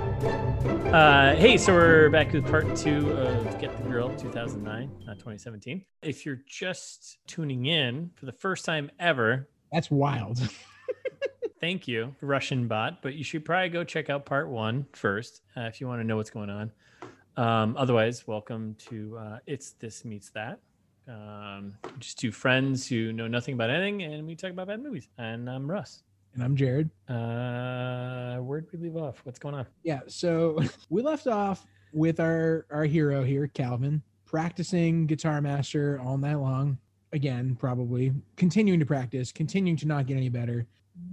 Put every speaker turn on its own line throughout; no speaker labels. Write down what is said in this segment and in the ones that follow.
Uh, hey, so we're back with part two of Get the Grill 2009, not 2017. If you're just tuning in for the first time ever,
That's wild.
thank you, Russian bot. But you should probably go check out part one first uh, if you want to know what's going on. Um, otherwise, welcome to uh, It's This Meets That. Um, just two friends who know nothing about anything, and we talk about bad movies. And I'm Russ.
And I'm Jared.
Uh, where'd we leave off? What's going on?
Yeah. So we left off with our our hero here, Calvin, practicing guitar master all night long. Again, probably continuing to practice, continuing to not get any better.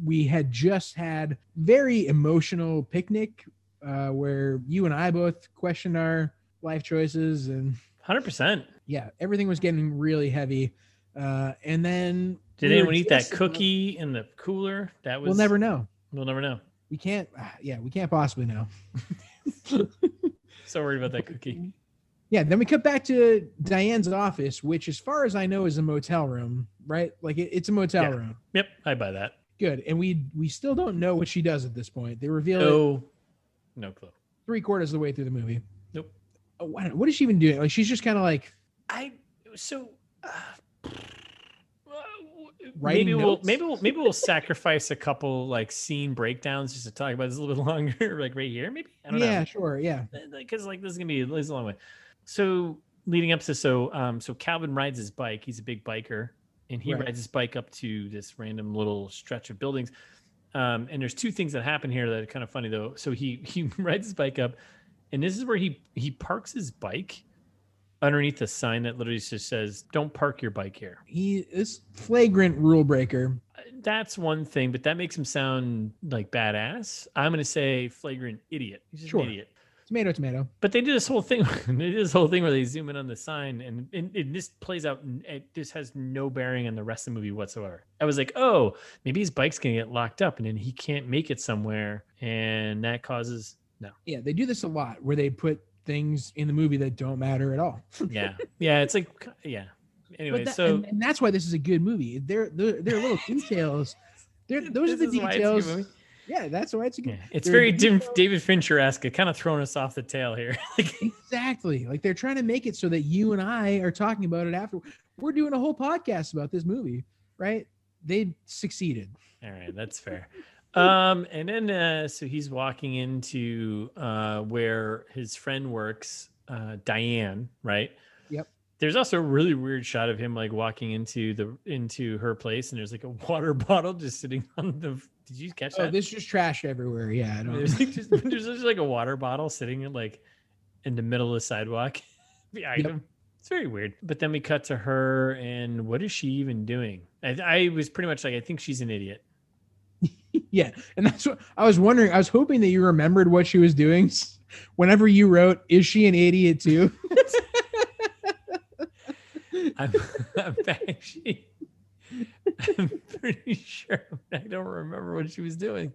We had just had very emotional picnic uh, where you and I both questioned our life choices and
100%.
yeah, everything was getting really heavy. Uh, and then
Did
we were
anyone eat that
just about-
cookie in the cooler? That was
We'll never know.
We'll never know.
We can't. ah, Yeah, we can't possibly know.
So worried about that cookie.
Yeah, then we cut back to Diane's office, which, as far as I know, is a motel room, right? Like it, it's a motel
Yeah.
room.
Yep, I buy that.
Good, and we we still don't know what she does at this point. They reveal it
No, no clue.
three quarters of the way through the movie.
Nope.
Oh, What, what is she even doing? Like she's just kind of like
I so uh,
Writing
maybe we'll
notes?
maybe we'll maybe we'll sacrifice a couple like scene breakdowns just to talk about this a little bit longer, like right here. Maybe I don't
yeah,
know.
sure, yeah,
because like this is gonna be this is a long way. So leading up to so um so Calvin rides his bike. He's a big biker, and he
Right.
rides his bike up to this random little stretch of buildings. Um, and there's two things that happen here that are kind of funny though. So he he rides his bike up, and this is where he he parks his bike underneath a sign that literally just says "Don't park your bike here." Uh,
he is flagrant rule breaker.
That's one thing, but that makes him sound like badass. I'm gonna say flagrant idiot. He's just
Sure.
an idiot.
Tomato, tomato.
But they did this whole thing. they did this whole thing where they zoom in on the sign, and, and, and this plays out. n- It just has no bearing on the rest of the movie whatsoever. I was like, oh, maybe his bike's gonna get locked up, and then he can't make it somewhere, and that causes no.
Yeah, they do this a lot where they put things in the movie that don't matter at all.
Yeah, yeah. It's like yeah. Anyway,
but that,
so
and, and that's why this is a good movie. There, there, there are little details. There, those are the
This is why it's a good
details.
movie.
Yeah, that's why it's a good.
Yeah. It's
there are
very Dim-
details-
David Fincher esque. It kind of thrown us off the tail here. Like,
Exactly. Like they're trying to make it so that you and I are talking about it after. We're doing a whole podcast about this movie, right? They succeeded.
All right, that's fair. Um, and then uh, so he's walking into uh, where his friend works, uh, Diane, right?
Yep.
There's also a really weird shot of him like walking into the into her place, and there's like a water bottle just sitting on the. Did you catch
Oh,
that?
this just trash everywhere. Yeah, I don't.
Uh, there's, like, just, there's just like a water bottle sitting in like in the middle of the sidewalk behind
Yep.
him. It's very weird. But then we cut to her, and what is she even doing? I, I was pretty much like, I think she's an idiot.
yeah, and that's what I was wondering. I was hoping that you remembered what she was doing. Whenever you wrote, "Is she an idiot too?"
I'm, I'm actually, I'm pretty sure I don't remember what she was doing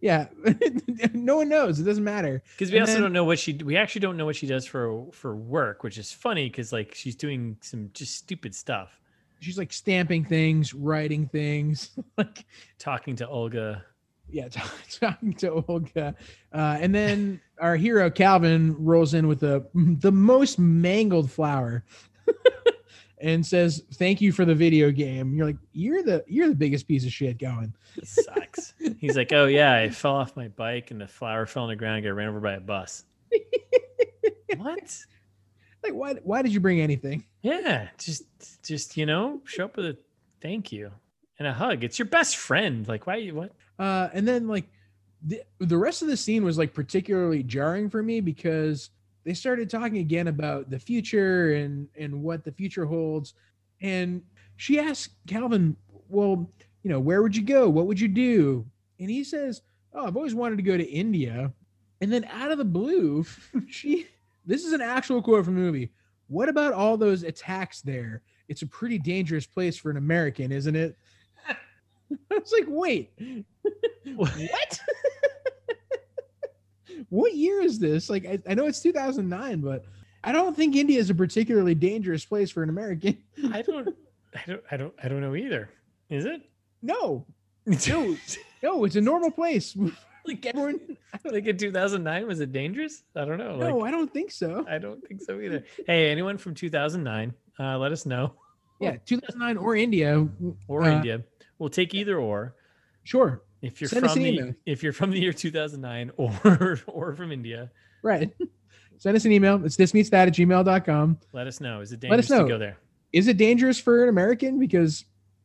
Yeah, no one knows. It doesn't matter.
because we
And
also
then-
don't know what she. We actually don't know what she does for for work, which is funny because like she's doing some just stupid stuff,
She's like stamping things, writing things. like
talking to Olga.
yeah, t- talking to Olga, uh, and then our hero Calvin rolls in with the the most mangled flower, and says, "Thank you for the video game." You're like, you're the you're the biggest piece of shit going.
It sucks. He's like, oh yeah, I fell off my bike and the flower fell on the ground and got ran over by a bus. what?
Like, why why did you bring anything?
Yeah, just just you know, show up with a thank you and a hug. It's your best friend. Like why? What?
Uh, and then like the the rest of the scene was like particularly jarring for me because they started talking again about the future and and what the future holds, and she asked Calvin, "Well, you know, where would you go? What would you do?" And he says, "Oh, I've always wanted to go to India." And then out of the blue, she this is an actual quote from the movie. What about all those attacks there? It's a pretty dangerous place for an American, isn't it? I was like, wait, what? what year is this? Like, I, I know it's 2009, but I don't think India is a particularly dangerous place for an American.
I don't. I don't, I don't, I don't know either. Is it?
No, no, no. It's a normal place.
like
Everyone,
like in 2009 was it dangerous? I don't know.
no,
like,
I don't think so.
I don't think so either. Hey, anyone from 2009, uh, let us know
Yeah, 2009 or India.
or
Uh,
India. We'll take either or.
Sure,
If you're
send us
from
an
the
email.
if you're from the year 2009 or or from India,
right. Send us an email. It's this meets that at gmail.com.
let us know. Is it
Let us
dangerous to
know.
go there?
Is it dangerous for an American? Because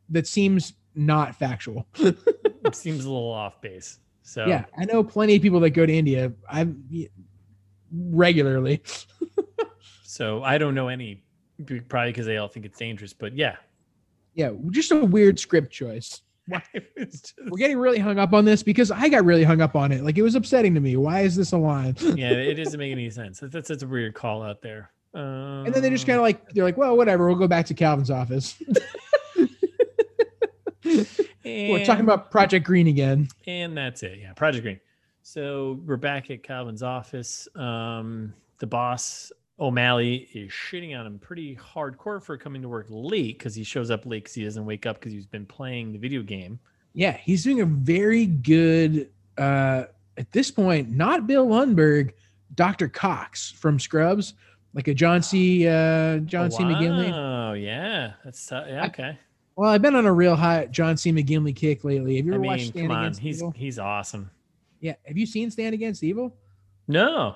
that seems not factual.
It seems a little off base. So
Yeah, I know plenty of people that go to India. I regularly.
so I don't know any be- probably because they all think it's dangerous, but yeah.
Yeah, just a weird script choice.
It was just-
We're getting really hung up on this because I got really hung up on it. Like it was upsetting to me. Why is this a line?
yeah, it doesn't make any sense. That's that's a weird call out there. Um,
And then they just kind of like they're like, well, whatever. We'll go back to Calvin's office. We're talking about Project Green again.
Um, And that's it. Yeah, Project Green. So we're back at Calvin's office. Um, the boss O'Malley is shitting on him pretty hardcore for coming to work late because he shows up late because he doesn't wake up because he's been playing the video game.
Yeah, he's doing a very good uh at this point, not Bill Lundberg, Dr. Cox from Scrubs, like a John C. Uh, John C. McGinley.
Oh yeah, that's t- yeah,
I-
okay.
Well, I've been on a real high John C. McGinley kick lately. Have you
I,
ever watched
mean,
Stand
come on,
Against
he's
Evil?
he's awesome.
Yeah. Have you seen Stand Against Evil?
No,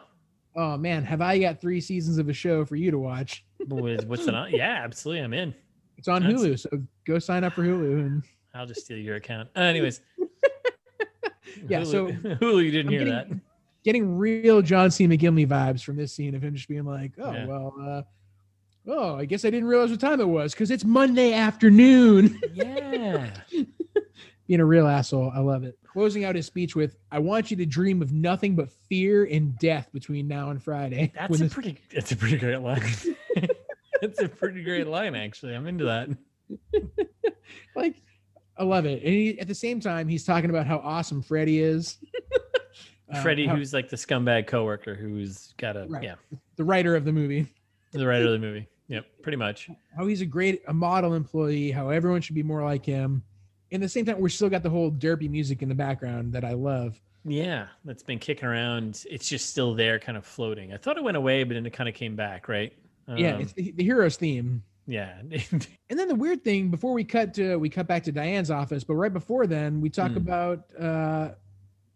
Oh man, have I got three seasons of a show for you to watch?
With- what's it on? Yeah, absolutely, I'm in.
It's on
That's-
Hulu, so go sign up for Hulu. And
I'll just steal your account. Uh, anyways,
Yeah,
Hulu,
so
Hulu, you didn't
I'm
hear that.
getting, getting real John C. McGinley vibes from this scene of him just being like, "Oh
Yeah.
well, uh, oh I guess I didn't realize what time it was because it's Monday afternoon."
Yeah.
being a real asshole, I love it. Closing out his speech with, "I want you to dream of nothing but fear and death between now and Friday."
That's
When
a
this-
pretty. That's a pretty great line. That's a pretty great line, actually. I'm into that.
Uh, like I love it. And he, at the same time, he's talking about how awesome Freddy is. Uh,
Freddie,
how-
who's like the scumbag coworker who's got a
Right.
yeah,
the writer of the movie,
the writer of the movie. Yep, pretty much.
how he's a great a model employee, how everyone should be more like him. And at the same time, we're still got the whole derpy music in the background that I love.
Yeah, that's been kicking around. It's just still there, kind of floating. I thought it went away, but then it kind of came back, right?
yeah,
Um,
it's the, the hero's theme.
yeah.
And then the weird thing before we cut to we cut back to Diane's office, but right before then we talk
Hmm.
about uh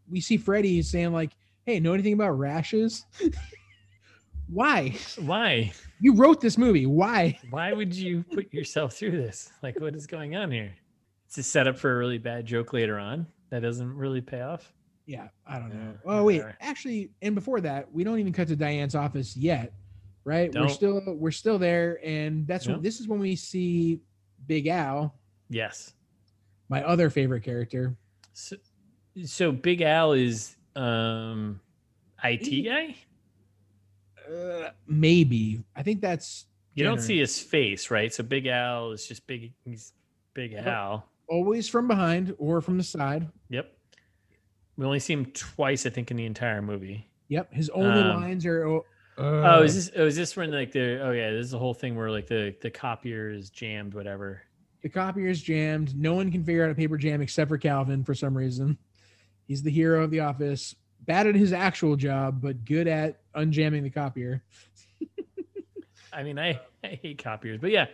we see Freddie saying like, "Hey, know anything about rashes?" Why
Why?
you wrote this movie? Why?
Why would you put yourself through this? Like, what is going on here? It's a setup for a really bad joke later on that doesn't really pay off.
Yeah, I don't know.
Yeah,
Oh wait,
whatever.
actually, and before that, we don't even cut to Diane's office yet, right? We're
Don't.
still we're still there, and that's
Yep.
when this is when we see Big Al,
Yes.
my other favorite character.
So, so Big Al is um IT guy?
Uh, maybe I think that's
You don't
Jenner.
see his face, right? So Big Al is just big he's Big
Yep.
Al.
always from behind or from the side.
Yep. We only see him twice, I think, in the entire movie.
Yep, his only
Um,
lines are. Oh,
oh, is this oh is this when like the oh yeah, this is the whole thing where like the the copier is jammed, whatever.
the copier is jammed. No one can figure out a paper jam except for Calvin for some reason. He's the hero of the office, bad at his actual job, but good at unjamming the copier.
I mean I, I hate copiers, but yeah.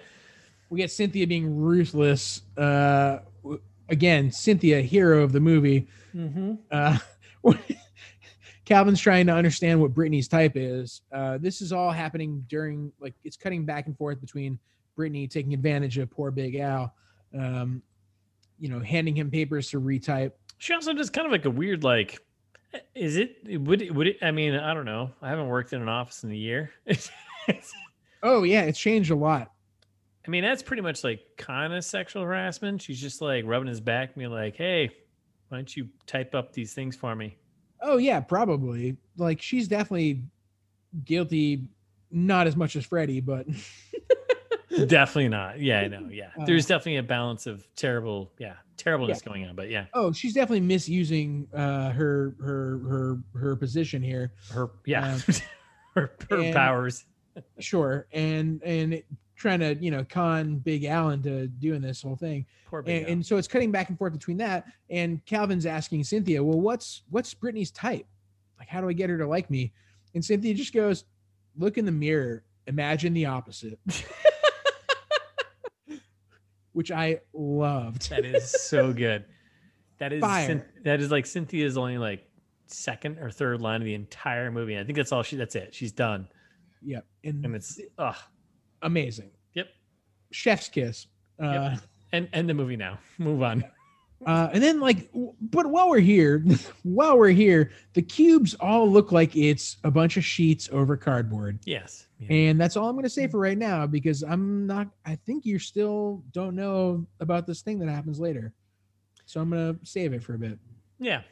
we get Cynthia being ruthless. Uh, w- again, Cynthia, hero of the movie.
Mm-hmm.
Uh, Calvin's trying to understand what Brittany's type is. Uh, this is all happening during, like, it's cutting back and forth between Brittany taking advantage of poor Big Al, um, you know, handing him papers to retype.
She also does kind of like a weird like is it would it would it I mean, I don't know. I haven't worked in an office in a year.
Oh, yeah, it's changed a lot.
I mean, that's pretty much like kind of sexual harassment. She's just like rubbing his back and being like, hey, why don't you type up these things for me?
Oh, yeah, probably. Like, she's definitely guilty, not as much as Freddie, but.
definitely not. Yeah, I know. Yeah.
Uh,
There's definitely a balance of terrible, yeah, terribleness going on. But yeah,
Oh, she's definitely misusing uh, her her her her position here.
her, yeah, her, her
and-
powers.
Sure, and and it trying to you know con Big Al into doing this whole thing.
Poor Big
And,
Al.
and so it's cutting back and forth between that and Calvin's asking Cynthia, "Well, what's what's Brittany's type? Like, how do I get her to like me?" And Cynthia just goes, "Look in the mirror, imagine the opposite," which I loved.
that is so good. That is
Fire.
Cyn- that is like Cynthia's only like second or third line of the entire movie. I think that's all she. That's it. She's done,
Yep, and,
and it's ugh.
amazing.
Yep.
Chef's kiss. Uh,
And end the movie now. Move on.
Uh, and then like, w- but while we're here, while we're here, the cubes all look like it's a bunch of sheets over cardboard.
Yes. Yeah.
And that's all I'm going to say for right now because I'm not, I think you still don't know about this thing that happens later. So I'm going to save it for a bit.
Yeah.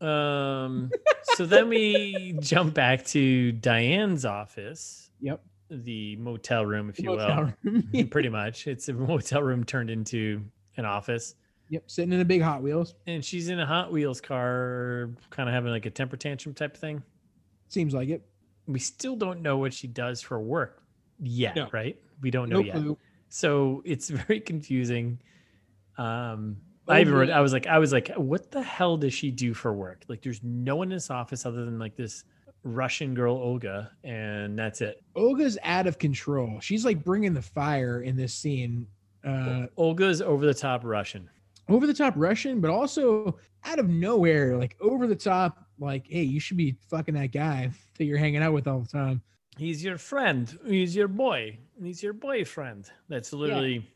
Um, so then we jump back to Diane's office,
Yep.
the motel room, if you will.
Motel room.
Pretty much, it's a motel room turned into an office,
yep. Sitting in a big Hot Wheels.
and she's in a Hot Wheels car, kind of having like a temper tantrum type of thing.
Seems like it.
We still don't know what she does for work yet,
No.
right? We don't know
No
yet.
clue.
So it's very confusing. Um, I even
Over-
wrote, I was like, I was like, what the hell does she do for work? Like, there's no one in this office other than like this Russian girl Olga, and that's it.
Olga's out of control. She's like bringing the fire in this scene. Uh,
Olga's over the top Russian.
over the top Russian, but also out of nowhere, like over the top, like, hey, you should be fucking that guy that you're hanging out with all the time.
He's your friend. He's your boy. He's your boyfriend. That's literally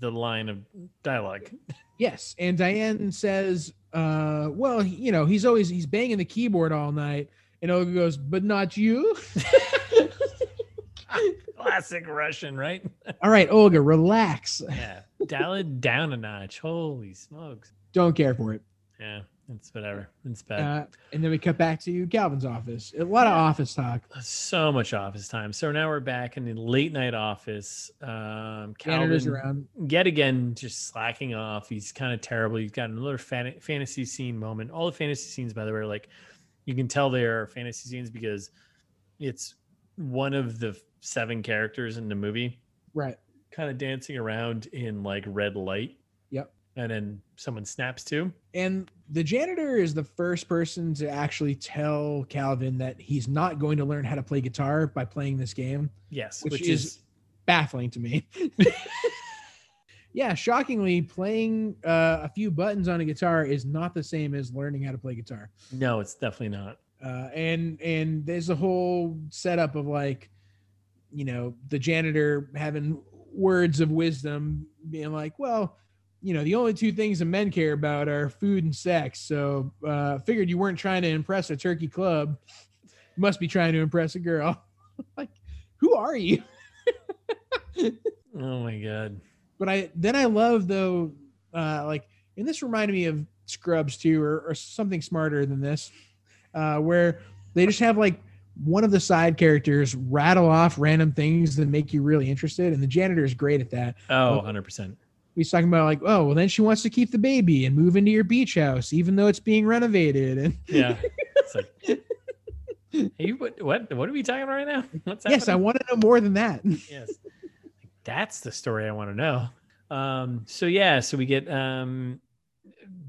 the line of dialogue.
Yes. And Diane says, uh, well, he- you know, he's always he's banging the keyboard all night. And Olga goes, but not you.
Classic Russian, right?
all right, Olga, relax.
Yeah. Dial it down a notch. Holy smokes.
Don't care for it.
Yeah. It's whatever. It's bad.
Uh, and then we cut back to Calvin's office. A lot of office talk.
so much office time. So now we're back in the late night office. Um,
Canada's
Calvin,
around.
yet again, just slacking off. He's kind of terrible. You've got another fan- fantasy scene moment. All the fantasy scenes, by the way, are like you can tell they are fantasy scenes because it's one of the seven characters in the movie
Right.
kind of dancing around in like red light.
Yep.
And then someone snaps to.
And the janitor is the first person to actually tell Calvin that he's not going to learn how to play guitar by playing this game.
Yes, which,
Which
is,
is- Baffling to me. yeah, shockingly, playing uh, a few buttons on a guitar is not the same as learning how to play guitar.
no, it's definitely not.
Uh, and and there's a whole setup of like, you know, the janitor having words of wisdom, being like, well. You know, the only two things that men care about are food and sex. So, uh, figured you weren't trying to impress a turkey club. Must be trying to impress a girl. like, who are you?
Oh my god.
but I then I love though, uh, like, and this reminded me of Scrubs too, or, or something smarter than this, uh, where they just have like one of the side characters rattle off random things that make you really interested, and the janitor is great at that.
Oh,
Well-
100%.
He's talking about like, oh, well, then she wants to keep the baby and move into your beach house, even though it's being renovated, and
Yeah. It's like, hey, you what, what? What are we talking about right now? What's happening?
yes, I want to know more than that.
Yes. That's the story I want to know. Um, so yeah, so we get um,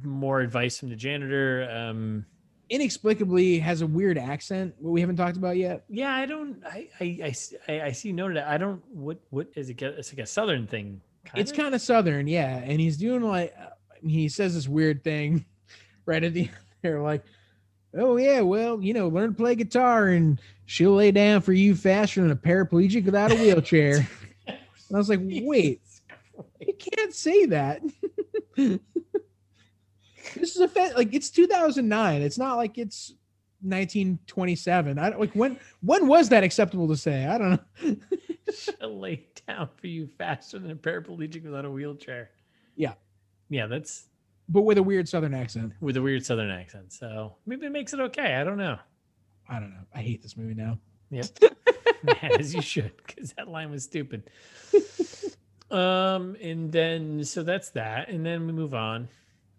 more advice from the janitor. Um,
Inexplicably has a weird accent, what we haven't talked about yet.
yeah, I don't. I I, I s- I- I see noted. I don't. What what is it? get- It's like a southern thing. Kind
it's kind of southern, yeah. And he's doing like uh, he says this weird thing right at the end there, like, "Oh yeah, well, you know, learn to play guitar, and she'll lay down for you faster than a paraplegic without a wheelchair." and I was like, "Wait, you can't say that." this is a fe- like it's 2009. It's not like it's 1927. I don't like when when was that acceptable to say? I don't know.
She'll lay down for you faster than a paraplegic without a wheelchair.
Yeah.
Yeah, that's
But with a weird southern accent.
with a weird southern accent. So maybe it makes it okay. I don't know.
I don't know. I hate this movie now.
as you should, because that line was stupid. um, and then so that's that, and then we move on,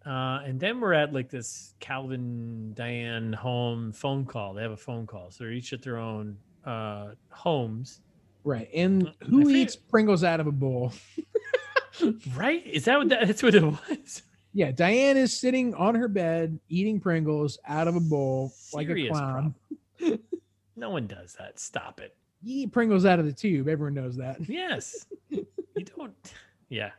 uh, and then we're at like this Calvin Diane home phone call. They have a phone call, so they're each at their own uh homes,
Right. And
I
who
feel-
eats Pringles out of a bowl?
Right? Is that what that, that's what it was?
Yeah, Diane is sitting on her bed eating Pringles out of a bowl like a clown.
problem. no one does that. Stop it.
You eat Pringles out of the tube. Everyone knows that.
Yes. you don't. Yeah.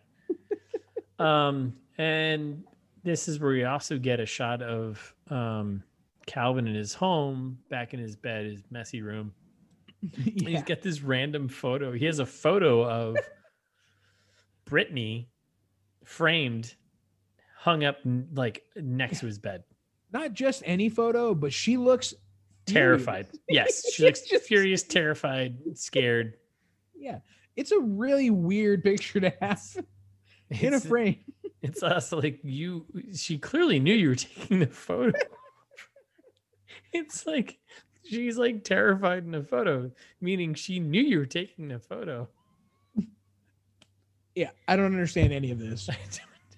Um, and this is where we also get a shot of um, Calvin in his home, back in his bed, his messy room. And
yeah.
He's got this random photo. He has a photo of Brittany framed, hung up n- like next to his bed.
Not just any photo, but she looks furious.
Terrified. Yes. She looks
Just-
furious, terrified, scared.
Yeah. It's a really weird picture to have in a
It's-
frame.
It's us like you she clearly knew you were taking the photo. it's like she's like terrified in the photo, meaning she knew you were taking the photo.
Yeah, I don't understand any of this.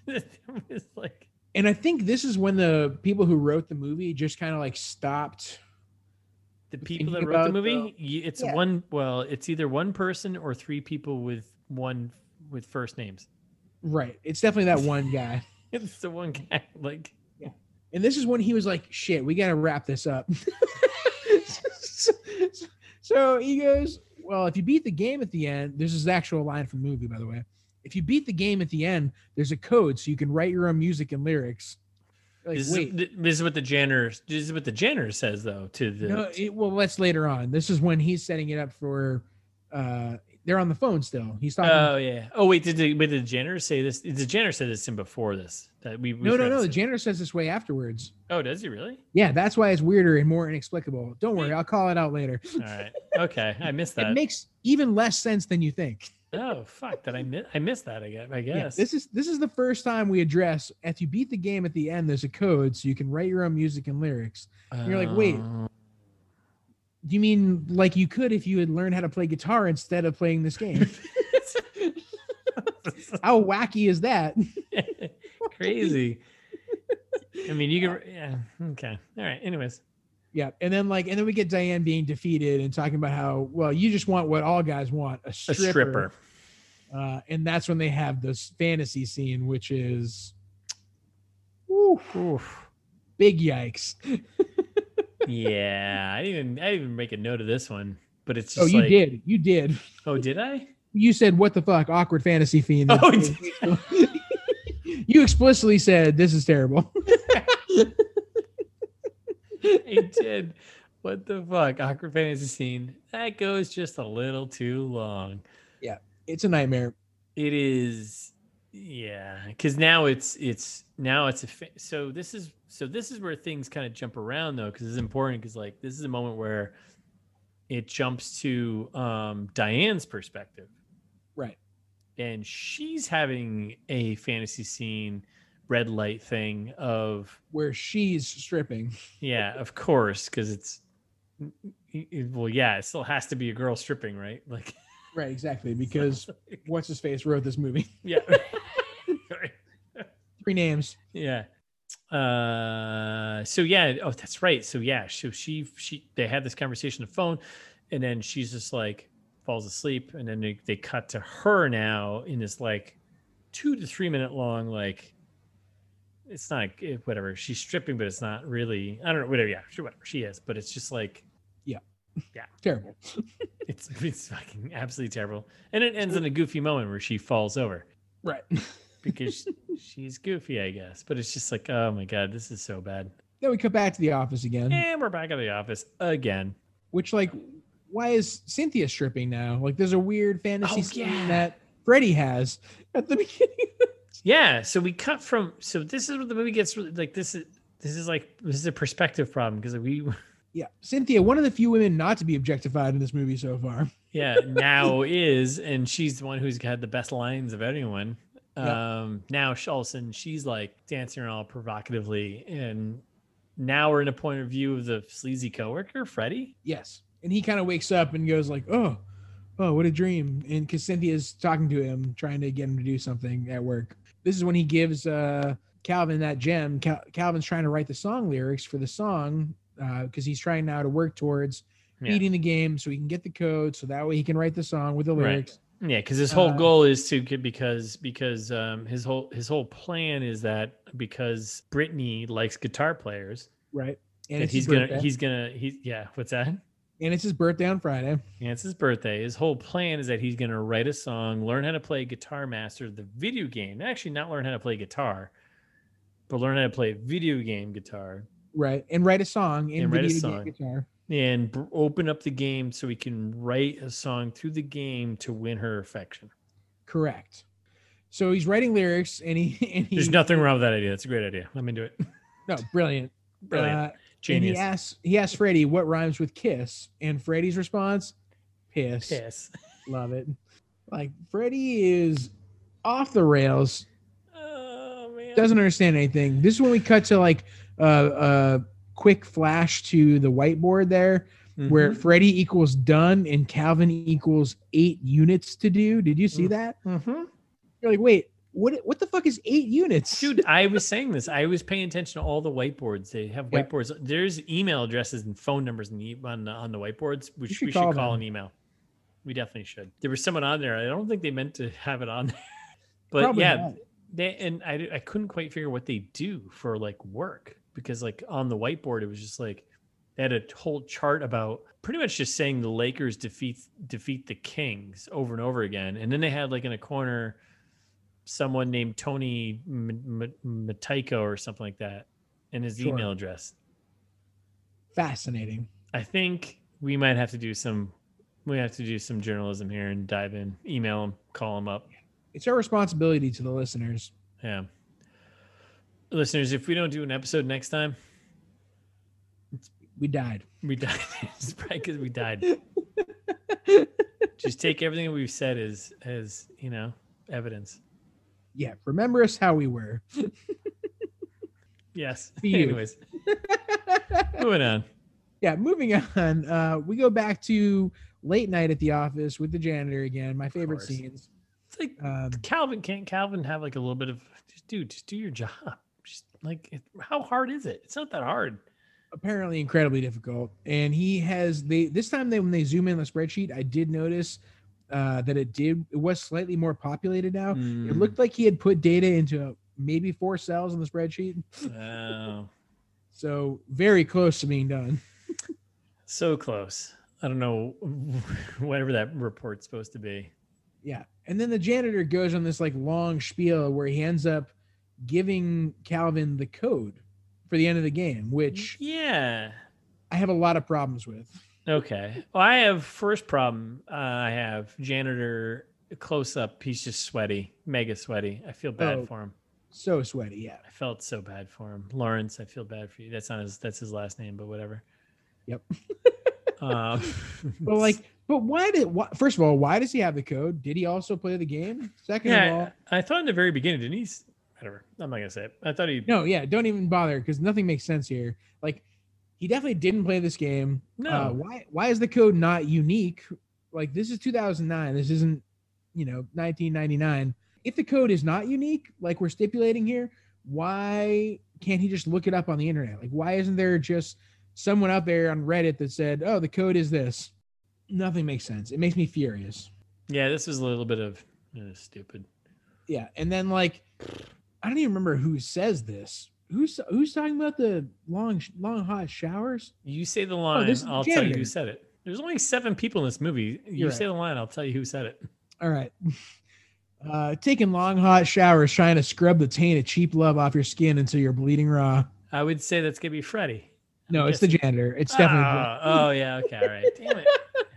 it's like
And I think this is when the people who wrote the movie just kind of like stopped.
the people that
Thinking
wrote the
about the-
movie, y- it's
Yeah.
one well, it's either one person or three people with one with first names.
Right. It's definitely that one guy.
It's the one guy like
And this is when he was like, shit, we got to wrap this up. so, he goes, well, if you beat the game at the end, this is the actual line from the movie, by the way. If you beat the game at the end, there's a code so you can write your own music and lyrics. Like,
this,
wait.
is, th- this is what the janitor this is what the janitor says though to the
No, it, well, that's later on. This is when he's setting it up for. Uh, they're on the phone still. He's talking.
Oh yeah. Oh wait, did the, wait, did the janitor say this? The janitor said this in before this. That we, we
no, no,
forgot
no.
to
The
say-
janitor says this way afterwards.
oh, does he really?
Yeah, that's why it's weirder and more inexplicable. Don't worry, I'll call it out later.
All right. Okay, I missed
It
that.
makes even less sense than you think.
oh fuck, that I miss. I missed that. I guess. I
Yeah,
guess.
this is this is the first time we address if you beat the game at the end, there's a code so you can write your own music and lyrics. you're like, wait.
Oh,
You mean like you could if you had learned how to play guitar instead of playing this game? how wacky is that?
Crazy. I mean, you can. Yeah. Okay. All right. Anyways.
Yeah, and then like, and then we get Diane being defeated and talking about how well you just want what all guys want a
A
stripper,
stripper.
Uh, and that's when they have this fantasy scene, which is, woo,
Oof.
big yikes!
Yeah. I didn't. I didn't even make a note of this one. But it's
oh,
just
you
like,
did, you did,
Oh, did I?
you said what the fuck, awkward fantasy fiend.
Oh, did
you explicitly said this is terrible.
I did. What the fuck? Awkward fantasy scene. That goes just a little too long.
It's a nightmare.
It is, yeah. Because now it's it's now it's a fa- so this is so this is where things kind of jump around though because it's important because like this is a moment where it jumps to um Diane's perspective
Right.
and she's having a fantasy scene red light thing of
Where she's stripping.
Yeah, of course, because it's n- n- n- well, yeah, it still has to be a girl stripping, right? Like,
Right, exactly. Because what's his face wrote this movie.
yeah, Right.
Three names.
yeah. Uh, so yeah, oh, that's right. So yeah, so she she they had this conversation on the phone, and then she's just like falls asleep, and then they, they cut to her now in this like two to three minute long like it's not it, whatever she's stripping, but it's not really I don't know whatever yeah sure whatever she is, but it's just like
Terrible.
It's it's fucking absolutely terrible, and it ends in a goofy moment where she falls over
Right.
because she's goofy, I guess. But it's just like, oh my god, this is so bad.
Then we come back to the office again.
And we're back at the office again.
which like why is Cynthia stripping now? Like there's a weird fantasy
Oh,
scene
yeah.
that Freddy has at the beginning.
Yeah, so we cut from so this is where the movie gets really like this is this is like this is a perspective problem because we
yeah. Cynthia, one of the few women not to be objectified in this movie so far.
yeah now is and she's the one who's had the best lines of anyone. Um, now Shulson, she's like dancing all provocatively, and now we're in a point of view of the sleazy coworker, Freddie.
Yes. And he kind of wakes up and goes like, "Oh, oh, what a dream." And cuz Cynthia's talking to him trying to get him to do something at work. This is when he gives uh Calvin that gem. Cal- Calvin's trying to write the song lyrics for the song uh cuz he's trying now to work towards
Yeah.
beating the game so he can get the code so that way he can write the song with the
Right.
lyrics.
Yeah, because his whole
Uh,
goal is to get because because um, his whole his whole plan is that because Britney likes guitar players
Right. And
that
it's
he's
his
gonna
birthday.
he's gonna he yeah what's that
and it's his birthday on Friday.
yeah it's his birthday his whole plan is that he's gonna write a song learn how to play Guitar Master the video game actually not learn how to play guitar but learn how to play video game guitar
Right. And write a song in
And write a
video
song.
game guitar.
and br- open up the game so he can write a song through the game to win her affection.
Correct. So he's writing lyrics and he and he,
There's nothing wrong with that idea. It's a great idea. Let me do it.
no brilliant.
Brilliant.
Uh, and he
Genius.
asks he asks Freddie what rhymes with kiss. And Freddie's response, piss.
Yes.
Love it. Like Freddie is off the rails,
Oh man.
doesn't understand anything. This is when we cut to like a uh, uh, quick flash to the whiteboard there
Mm-hmm.
where Freddie equals done and Calvin equals eight units to do. Did you see
Mm.
that?
Mhm.
You're like, wait, what? What the fuck is eight units?
dude, I was saying this. I was paying attention to all the whiteboards. They have
Yeah.
whiteboards. There's email addresses and phone numbers in the, e, on the, on the whiteboards, which
should
we should call,
call them.
an email. We definitely should. There was someone on there. I don't think they meant to have it on there, but
Probably
yeah,
not.
they and I, I couldn't quite figure what they do for like work because like on the whiteboard it was just like they had a whole chart about pretty much just saying the Lakers defeat defeat the Kings over and over again, and then they had like in a corner someone named Tony M- M- Mataiko or something like that, and his
Sure.
email address.
fascinating.
I think we might have to do some we have to do some journalism here and dive in, email them, call them up.
It's our responsibility to the listeners.
Yeah. Listeners, if we don't do an episode next time,
We died.
we died. it's probably because we died. Just take everything we've said as as you know evidence.
Yeah, remember us how we were.
Yes.
For you.
Anyways, moving on.
yeah, moving on. Uh, we go back to late night at the office with the janitor again. My favorite
course.
scenes.
It's like
Um,
Calvin can't Calvin have like a little bit of just dude, just do your job. Just like it, how hard is it? It's not that hard.
apparently incredibly difficult. And he has they this time they when they zoom in on the spreadsheet, I did notice uh, that it did it was slightly more populated now.
Mm-hmm.
It looked like he had put data into maybe four cells on the spreadsheet.
Wow.
So very close to being done.
so close. I don't know whatever that report's supposed to be.
Yeah. And then the janitor goes on this like long spiel where he ends up giving Calvin the code for the end of the game, which
Yeah.
I have a lot of problems with.
Okay. Well, I have first problem. Uh, I have janitor close up. He's just sweaty, mega sweaty. I feel bad
Oh.
for him.
So sweaty. Yeah.
I felt so bad for him, Lawrence. I feel bad for you. That's not his. That's his last name, but whatever.
Yep.
um,
But like, but why did, why, first of all, why does he have the code? Did he also play the game? Second of all,
yeah, I, I thought in the very beginning, didn't he? s- Whatever. I'm not gonna say it. I thought he.
no, yeah, don't even bother because nothing makes sense here. Like, he definitely didn't play this game. Uh,
No.
why, why is the code not unique? Like, this is 2009. This isn't, you know, 1999. If the code is not unique, like we're stipulating here, why can't he just look it up on the internet? Like, why isn't there just someone out there on Reddit that said, oh, the code is this? Nothing makes sense. It makes me furious.
Yeah, this was a little bit of uh, stupid.
Yeah, and then like I don't even remember who says this. Who's who's talking about the long sh- long hot showers?
You say the line,
Oh, this is
I'll tell you who
janitor.
said it. There's only seven people in this movie. You
You're
say the line, I'll tell you who said it.
All right. Uh, taking long hot showers, trying to scrub the taint of cheap love off your skin until you're bleeding raw.
I would say that's gonna be Freddie.
No,
I'm
it's the
guessing.
janitor. It's definitely
Ah, oh yeah. Okay. All right. Damn it.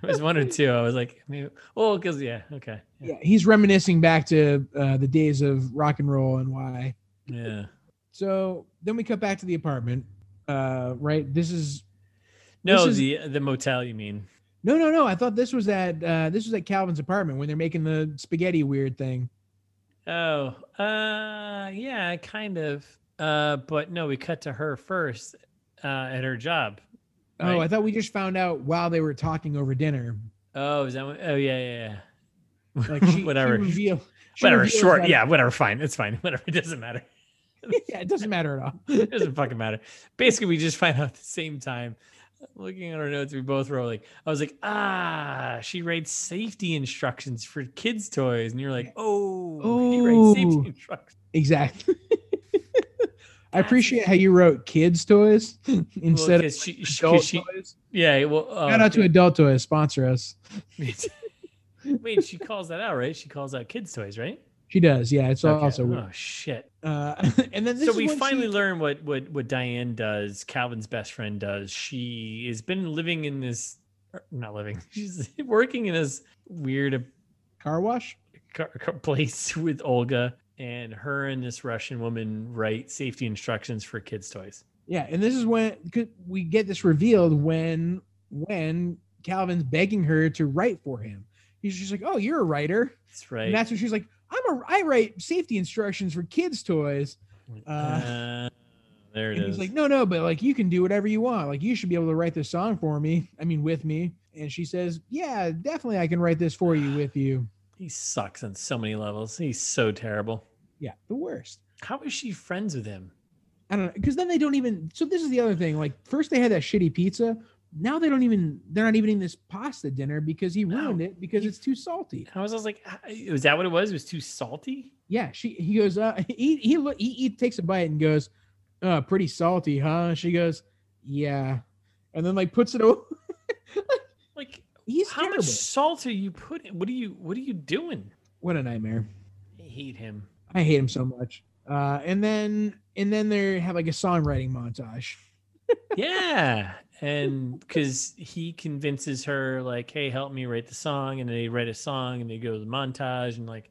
It was one or two. I was like, maybe. Oh, because yeah. Okay.
yeah. He's reminiscing back to uh, the days of rock and roll and why.
Yeah.
So then we cut back to the apartment. Uh, right. This is
No,
is-
the the motel. You mean?
no, no, no. I thought this was at uh, this was at Calvin's apartment when they're making the spaghetti weird thing.
Oh. Uh. Yeah. Kind of. Uh. But no, we cut to her first. Uh. At her job.
Oh, I
right?
thought we just found out while they were talking over dinner.
Oh. Is that? What, oh. Yeah. Yeah. Yeah.
Like she,
whatever.
she reveal, she
whatever.
reveals
Short.
that-
Yeah. Whatever. Fine. It's fine. Whatever. It doesn't matter.
yeah, it doesn't matter at all.
It doesn't fucking matter. Basically, we just find out at the same time Looking at our notes, we both were like, I was like, ah, she writes safety instructions for kids' toys. And you're like, oh, she writes
Oh.
safety instructions.
Exactly. I appreciate how you wrote kids toys instead
Well,
of
'cause she, she- 'cause
adult
she-
toys.
yeah, well, um,
Shout out to adult toys, sponsor us.
wait, she calls that out, right? She calls out kids' toys, right?
She does, yeah. It's
Okay.
also weird.
oh shit.
Uh, and then this
so
is
we
when she-
finally learn what what what Diane does. Calvin's best friend does. She has been living in this, or not living. She's working in this weird
car wash.
car, car place with Olga, and her and this Russian woman write safety instructions for kids' toys.
Yeah, and this is when 'cause we get this revealed when when Calvin's begging her to write for him. He's just like, "Oh, you're a writer,"
That's right.
and that's when she's like, "I'm a I write safety instructions for kids' toys."
uh,
uh,
there it
and
is.
he's like, "No, no, but like you can do whatever you want. Like you should be able to write this song for me. I mean, with me." And she says, "Yeah, definitely, I can write this for you with you."
he sucks on so many levels. He's so terrible.
Yeah, the worst.
How is she friends with him?
I don't know because then they don't even. So this is the other thing. Like first they had that shitty pizza. Now they don't even. They're not even eating this pasta dinner because he
No,
ruined it because
he-
it's too salty.
I was, I was like, "Ah, was that what it was? It was too salty.
Yeah, she. He goes. Uh, he he look. He, he takes a bite and goes, "Uh, pretty salty, huh?" She goes, "Yeah," and then like puts it away.
Like
He's
how
terrible.
much salt are you putting? What are you What are you doing?
What a nightmare.
I hate him.
I hate him so much. Uh, and then and then they have like a songwriting montage.
Yeah, and because he convinces her, like, "Hey, help me write the song," and they write a song, and they go to the montage, and like,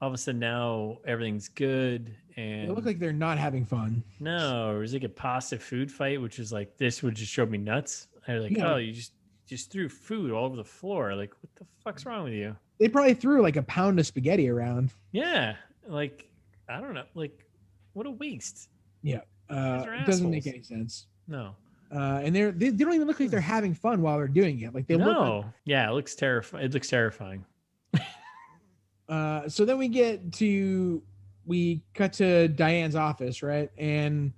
all of a sudden now everything's good.
They
And
look like they're not having fun.
no, it was like a pasta food fight, which is like this would just drove me nuts. I was like,
Yeah.
"Oh, you just just threw food all over the floor. Like, what the fuck's wrong with you?"
They probably threw like a pound of spaghetti around.
Yeah, like I don't know, like what a waste.
Uh,
are
it doesn't make
assholes.
any sense.
No,
uh, and they're they, they don't even look like they're having fun while they're doing it. Like they
no.
look. Like,
yeah, it looks terrifying. It looks terrifying.
uh, so then we get to we cut to Diane's office, right? And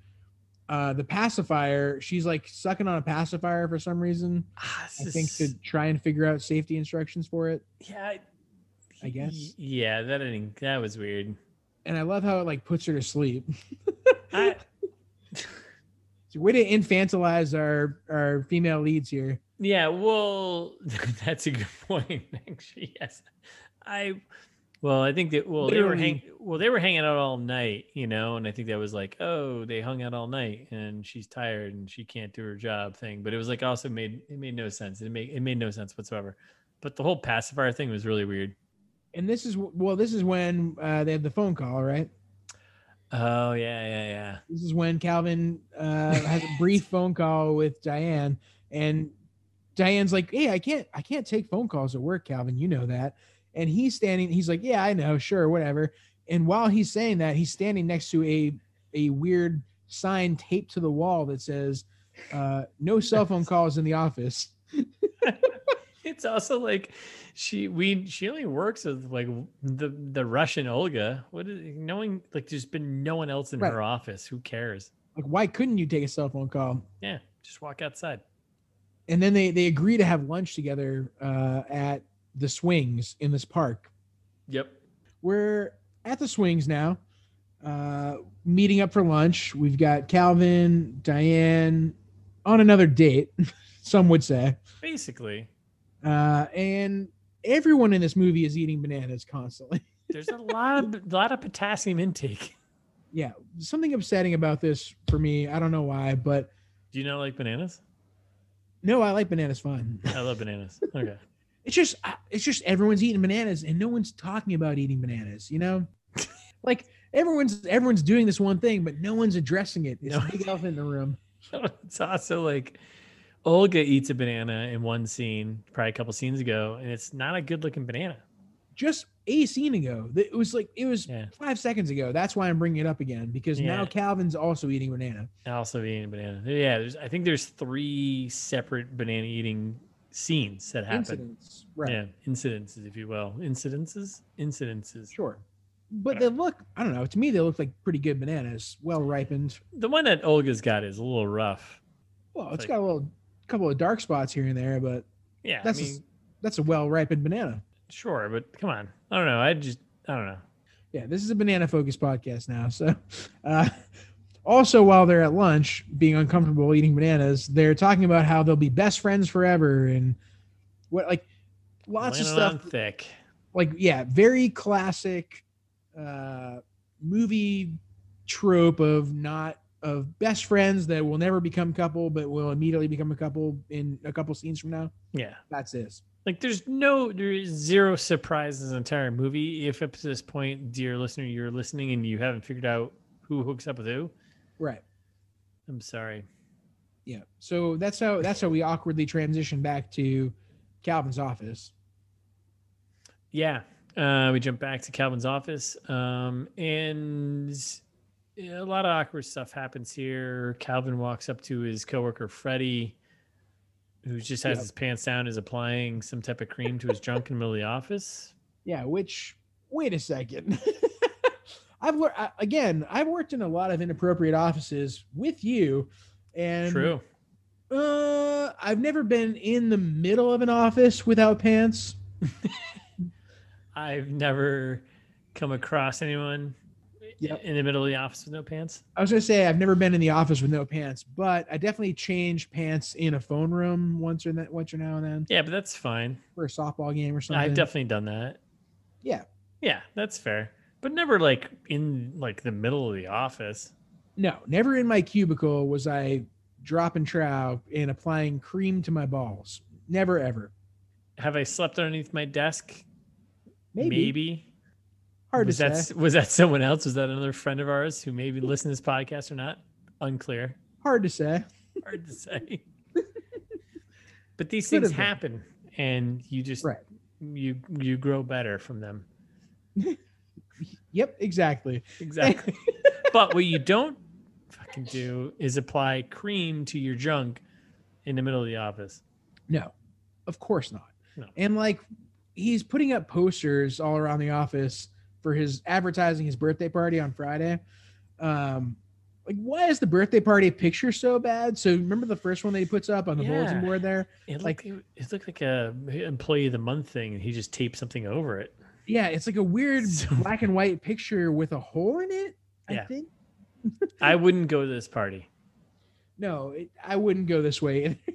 uh, the pacifier, she's like sucking on a pacifier for some reason.
Ah, this
I think
is-
to try and figure out safety instructions for it.
yeah,
I guess.
y- Yeah, that didn't, that was weird.
And I love how it like puts her to sleep.
I,
It's a way to infantilize our our female leads here.
yeah, well, that's a good point. Actually, yes, I. Well, I think that well they were hang, well they were hanging out all night, you know, and I think that was like oh they hung out all night and she's tired and she can't do her job thing, but it was like also made it made no sense. It made it made no sense whatsoever. But the whole pacifier thing was really weird.
And this is wh- well, this is when uh, they have the phone call, right?
Oh yeah, yeah, yeah.
This is when Calvin uh, has a brief phone call with Diane, and Diane's like, "Hey, I can't, I can't take phone calls at work, Calvin. You know that." And he's standing. He's like, "Yeah, I know, sure, whatever." And while he's saying that, he's standing next to a a weird sign taped to the wall that says, uh, "No cell phone calls in the office."
it's also like she we she only works with like the the Russian Olga. What is knowing like there's been no one else in
Right.
her office. Who cares?
Like, why couldn't you take a cell phone call?
Yeah, just walk outside.
And then they they agree to have lunch together uh, at the swings in this park.
Yep.
we're at the swings now uh meeting up for lunch we've got calvin diane on another date some would say
Basically,
uh and everyone in this movie is eating bananas constantly
there's a lot of lot of potassium intake.
yeah something upsetting about this for me i don't know why but
Do you not like bananas?
no i like bananas fine
I love bananas. Okay.
it's just I- it's just everyone's eating bananas and no one's talking about eating bananas you know like everyone's everyone's doing this one thing but no one's addressing it it's
No.
a big elephant in the room
it's also like Olga eats a banana in one scene, probably a couple scenes ago, and it's not a good looking banana.
just a scene ago. It was like it was
Yeah.
five seconds ago. That's why I'm bringing it up again because now
Yeah.
Calvin's also eating banana.
And also eating a banana. Yeah, there's I think there's three separate banana eating scenes that happen.
Incidents, right?
Yeah, incidences, if you will. Incidences? Incidences.
Sure. But they look, I don't know. To me, they look like pretty good bananas, well ripened.
The one that Olga's got is a little rough.
Well, it's
Like-
got a little couple of dark spots here and there, but
Yeah,
that's
I
a
mean,
s- that's a well ripened banana.
sure, but come on. I don't know. I just, I don't know.
Yeah, this is a banana focused podcast now. So, uh, also while they're at lunch, being uncomfortable eating bananas, they're talking about how they'll be best friends forever and what like lots
Laying
of
it
stuff.
on thick.
Like yeah, very classic uh, movie trope of not of best friends that will never become couple but will immediately become a couple in a couple scenes from now.
Yeah.
That's this.
Like there's no there's zero surprise in this entire movie. If up to this point, dear listener, you're listening and you haven't figured out who hooks up with who,
Right.
I'm sorry.
Yeah. So that's how that's how we awkwardly transition back to Calvin's office.
Yeah. Uh, we jump back to Calvin's office. Um, and a lot of awkward stuff happens here. Calvin walks up to his coworker, Freddie, who just has
Yep.
his pants down, is applying some type of cream to his junk in the middle of the office.
Yeah, which wait a second. I've learned again, I've worked in a lot of inappropriate offices with you and
True.
uh I've never been in the middle of an office without pants.
I've never come across anyone
Yep.
in the middle of the office with no pants.
I was going to say I've never been in the office with no pants, but I definitely changed pants in a phone room once or that once or now and then
Yeah, but that's fine.
for a softball game or something.
I've definitely done that.
Yeah.
Yeah, that's fair. But never like in like the middle of the office.
no, never in my cubicle was I dropping trow and applying cream to my balls. Never ever.
Have I slept underneath my desk?
Maybe, hard
Was
to
that
say.
was that someone else? Was that another friend of ours who maybe listened to this podcast or not? Unclear.
hard to say.
Hard to say. but these
Could
things
have been.
happen, and you just
Right.
you you grow better from them.
Yep, exactly.
Exactly. but what you don't fucking do is apply cream to your junk in the middle of the office.
No, of course not.
No.
And like he's putting up posters all around the office for his advertising his birthday party on Friday. Um, like why is the birthday party picture so bad? So remember the first one that he puts up on the bulletin
Yeah.
board there?
It looked,
Like-
like it looked like a employee of the month thing, and he just taped something over it.
Yeah, it's like a weird
So-
black and white picture with a hole in it. I
Yeah.
think.
I wouldn't go to this party.
No, it, I wouldn't go this way.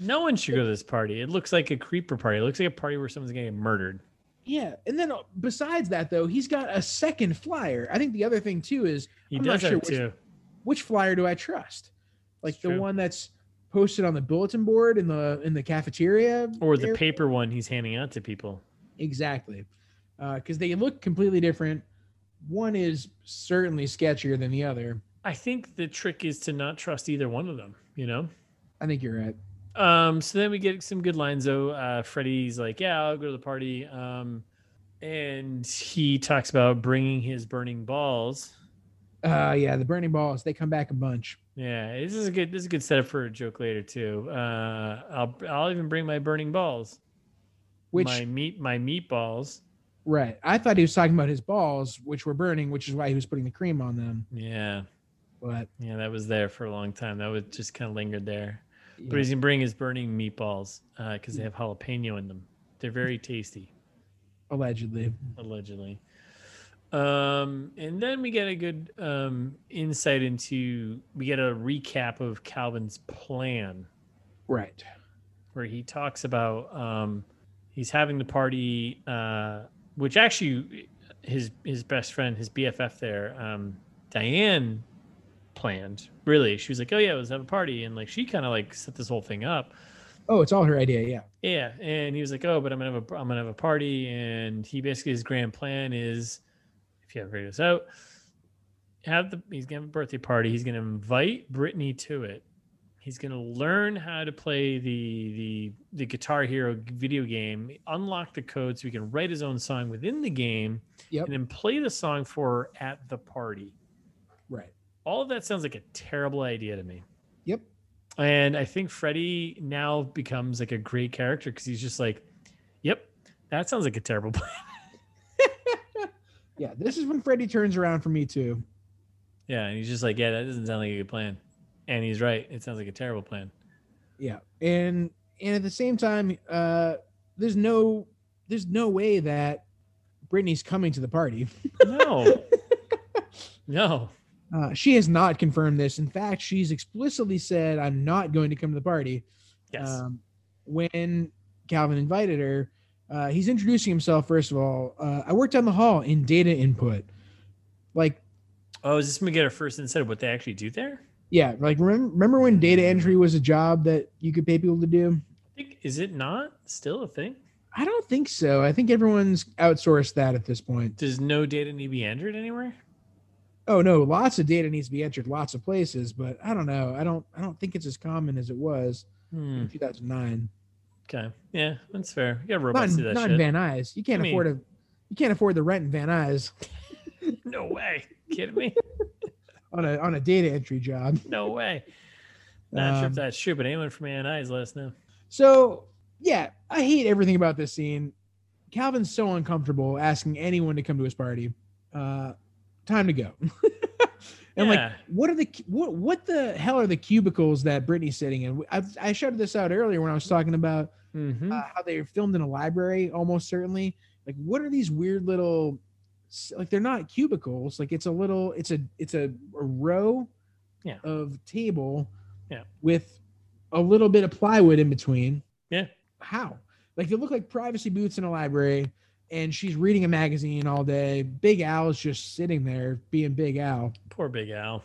No one should go to this party. It looks like a creeper party. It looks like a party where someone's getting murdered.
yeah, and then uh, besides that though, he's got a second flyer. I think the other thing too is
He
I'm not
does
sure
that
which-
too.
which flyer do I trust? Like
It's
the
true.
one that's posted on the bulletin board in the in the cafeteria,
Or the
area?
paper one he's handing out to people.
exactly, because they look completely different. One is certainly sketchier than the other.
I think the trick is to not trust either one of them, you know?
I think you're right.
Um, so then we get some good lines though. Uh, Freddie's like, "Yeah, I'll go to the party," um, and he talks about bringing his burning balls.
Uh, yeah, the burning balls they come back a bunch.
Yeah, this is a good this is a good setup for a joke later too. Uh, I'll I'll even bring my burning balls,
Which
my meat my meatballs.
right, I thought he was talking about his balls, which were burning, which is why he was putting the cream on them.
Yeah,
But
yeah, that was there for a long time. That was just kind of lingered there.
you
But
know,
he's gonna bring his burning meatballs because they have jalapeno in them. They're very tasty.
allegedly,
allegedly. Um, and then we get a good um, insight into we get a recap of Calvin's plan
right,
where he talks about um, he's having the party, uh, which actually his his best friend, his BFF there, um, Diane, planned. Really, she was like, "Oh yeah, let's have a party," and like she kind of like set this whole thing up.
oh, it's all her idea. Yeah,
Yeah, and he was like, "Oh, but I'm gonna have a I'm gonna have a party," and he basically his grand plan is, if you haven't figured this out, have the he's gonna have a birthday party. He's gonna invite Brittany to it. He's gonna learn how to play the the the Guitar Hero video game, unlock the code so he can write his own song within the game,
Yep.
and then play the song for her at the party.
right,
All of that sounds like a terrible idea to me.
yep,
And I think Freddy now becomes like a great character because he's just like, yep, that sounds like a terrible plan.
yeah. This is when Freddie turns around for me too.
Yeah. And he's just like, yeah, that doesn't sound like a good plan. And he's right. It sounds like a terrible plan.
Yeah. And and at the same time, uh there's no there's no way that Brittany's coming to the party.
No. no.
Uh, she has not confirmed this. In fact, she's explicitly said, "I'm not going to come to the party."
Yes.
Um, when Calvin invited her, uh, he's introducing himself. First of all, uh, I work down the hall in data input. Like,
oh, is this gonna get our first instead of what they actually do there?
yeah, like remember, remember when data entry was a job that you could pay people to do?
I think is it not still a thing?
I don't think so. I think everyone's outsourced that at this point.
Does no data need to be entered anywhere?
Oh no, lots of data needs to be entered, lots of places, but I don't know. I don't. I don't think it's as common as it was
Hmm.
in 2009.
Okay. Yeah, that's fair. You got
not,
robots
in-
do that
not
shit.
in Van Nuys. You can't
I mean-
afford a you can't afford the rent in Van Nuys
No way. Kidding me?
on a on a data entry job.
No way. Not sure
Um,
if that's true, but anyone from Van Nuys, let us know.
So yeah, I hate everything about this scene. Calvin's so uncomfortable asking anyone to come to his party. Uh, time to go. and like,
yeah.
what are the what what the hell are the cubicles that Brittany's sitting in? I, I shouted this out earlier when I was talking about
Mhm.
uh, how they are filmed in a library almost certainly like what are these weird little s- like they're not cubicles like it's a little it's a it's a, a row
Yeah.
of table
Yeah.
with a little bit of plywood in between
Yeah.
how like they look like privacy booths in a library and she's reading a magazine all day big al's just sitting there being big al
Poor Big Al.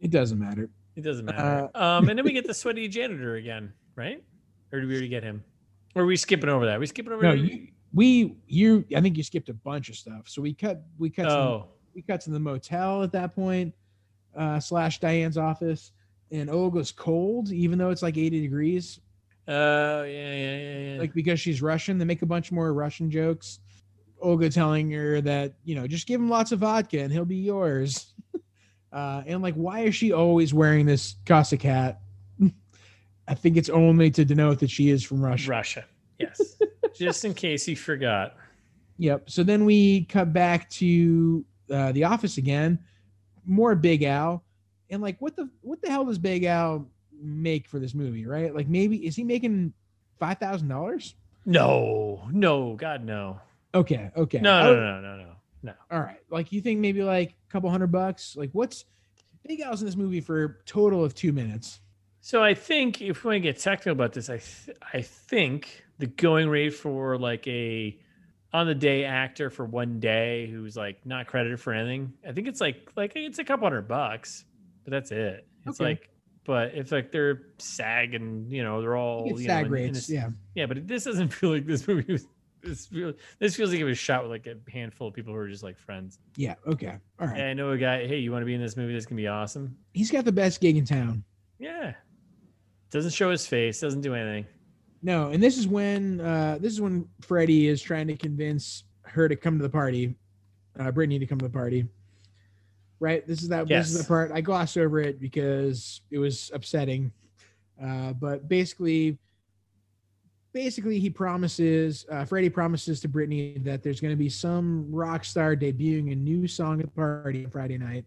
it doesn't matter
It doesn't
uh,
matter. um, and then we get the sweaty janitor again, right? Or do we already get him? Or are we skipping over that? Are we skipping over
no
that?
you we you i think you skipped a bunch of stuff so we cut we cut some
oh,
we cut to the motel at that point, uh, slash Diane's office, and Olga's cold, even though it's like 80 degrees.
oh, yeah, yeah, yeah, yeah.
Like because she's Russian, they make a bunch more Russian jokes. Olga telling her that you know just give him lots of vodka and he'll be yours. Uh, and like, why is she always wearing this Cossack hat? I think it's only to denote that she is from Russia.
Russia. Yes. Just in case you forgot.
Yep. So then we cut back to uh, the office again. More Big Al, and like, what the what the hell does Big Al make for this movie? Right? Like, maybe is he making five thousand dollars?
No, no, God, no.
Okay. Okay.
No,
I
no,
would-
no, no, no, no.
All right. Like, you think maybe like a couple hundred bucks? Like, what's Big Al's in this movie for a total of two minutes?
So I think if we want to get technical about this, I th- I think the going rate for like a on the day actor for one day who's like not credited for anything, I think it's like like it's a couple hundred bucks, but that's it. It's
Okay.
like, but if like they're SAG and you know they're all
It's
you know,
SAG
in- in
rates.
a-
yeah.
yeah, but this doesn't feel like this movie was. This feels, this feels like it was shot with like a handful of people who are just like friends.
Yeah. Okay. All right.
Hey, I know a guy. Hey, you want to be in this movie? That's gonna be awesome.
He's got the best gig in town.
Yeah. Doesn't show his face. Doesn't do anything.
No, and this is when uh, this is when Freddie is trying to convince her to come to the party, uh, Brittany to come to the party. Right. This is that. This is
Yes.
the part I glossed over it because it was upsetting. Uh, but basically, basically he promises uh, Freddie promises to Brittany that there's going to be some rock star debuting a new song at the party on Friday night,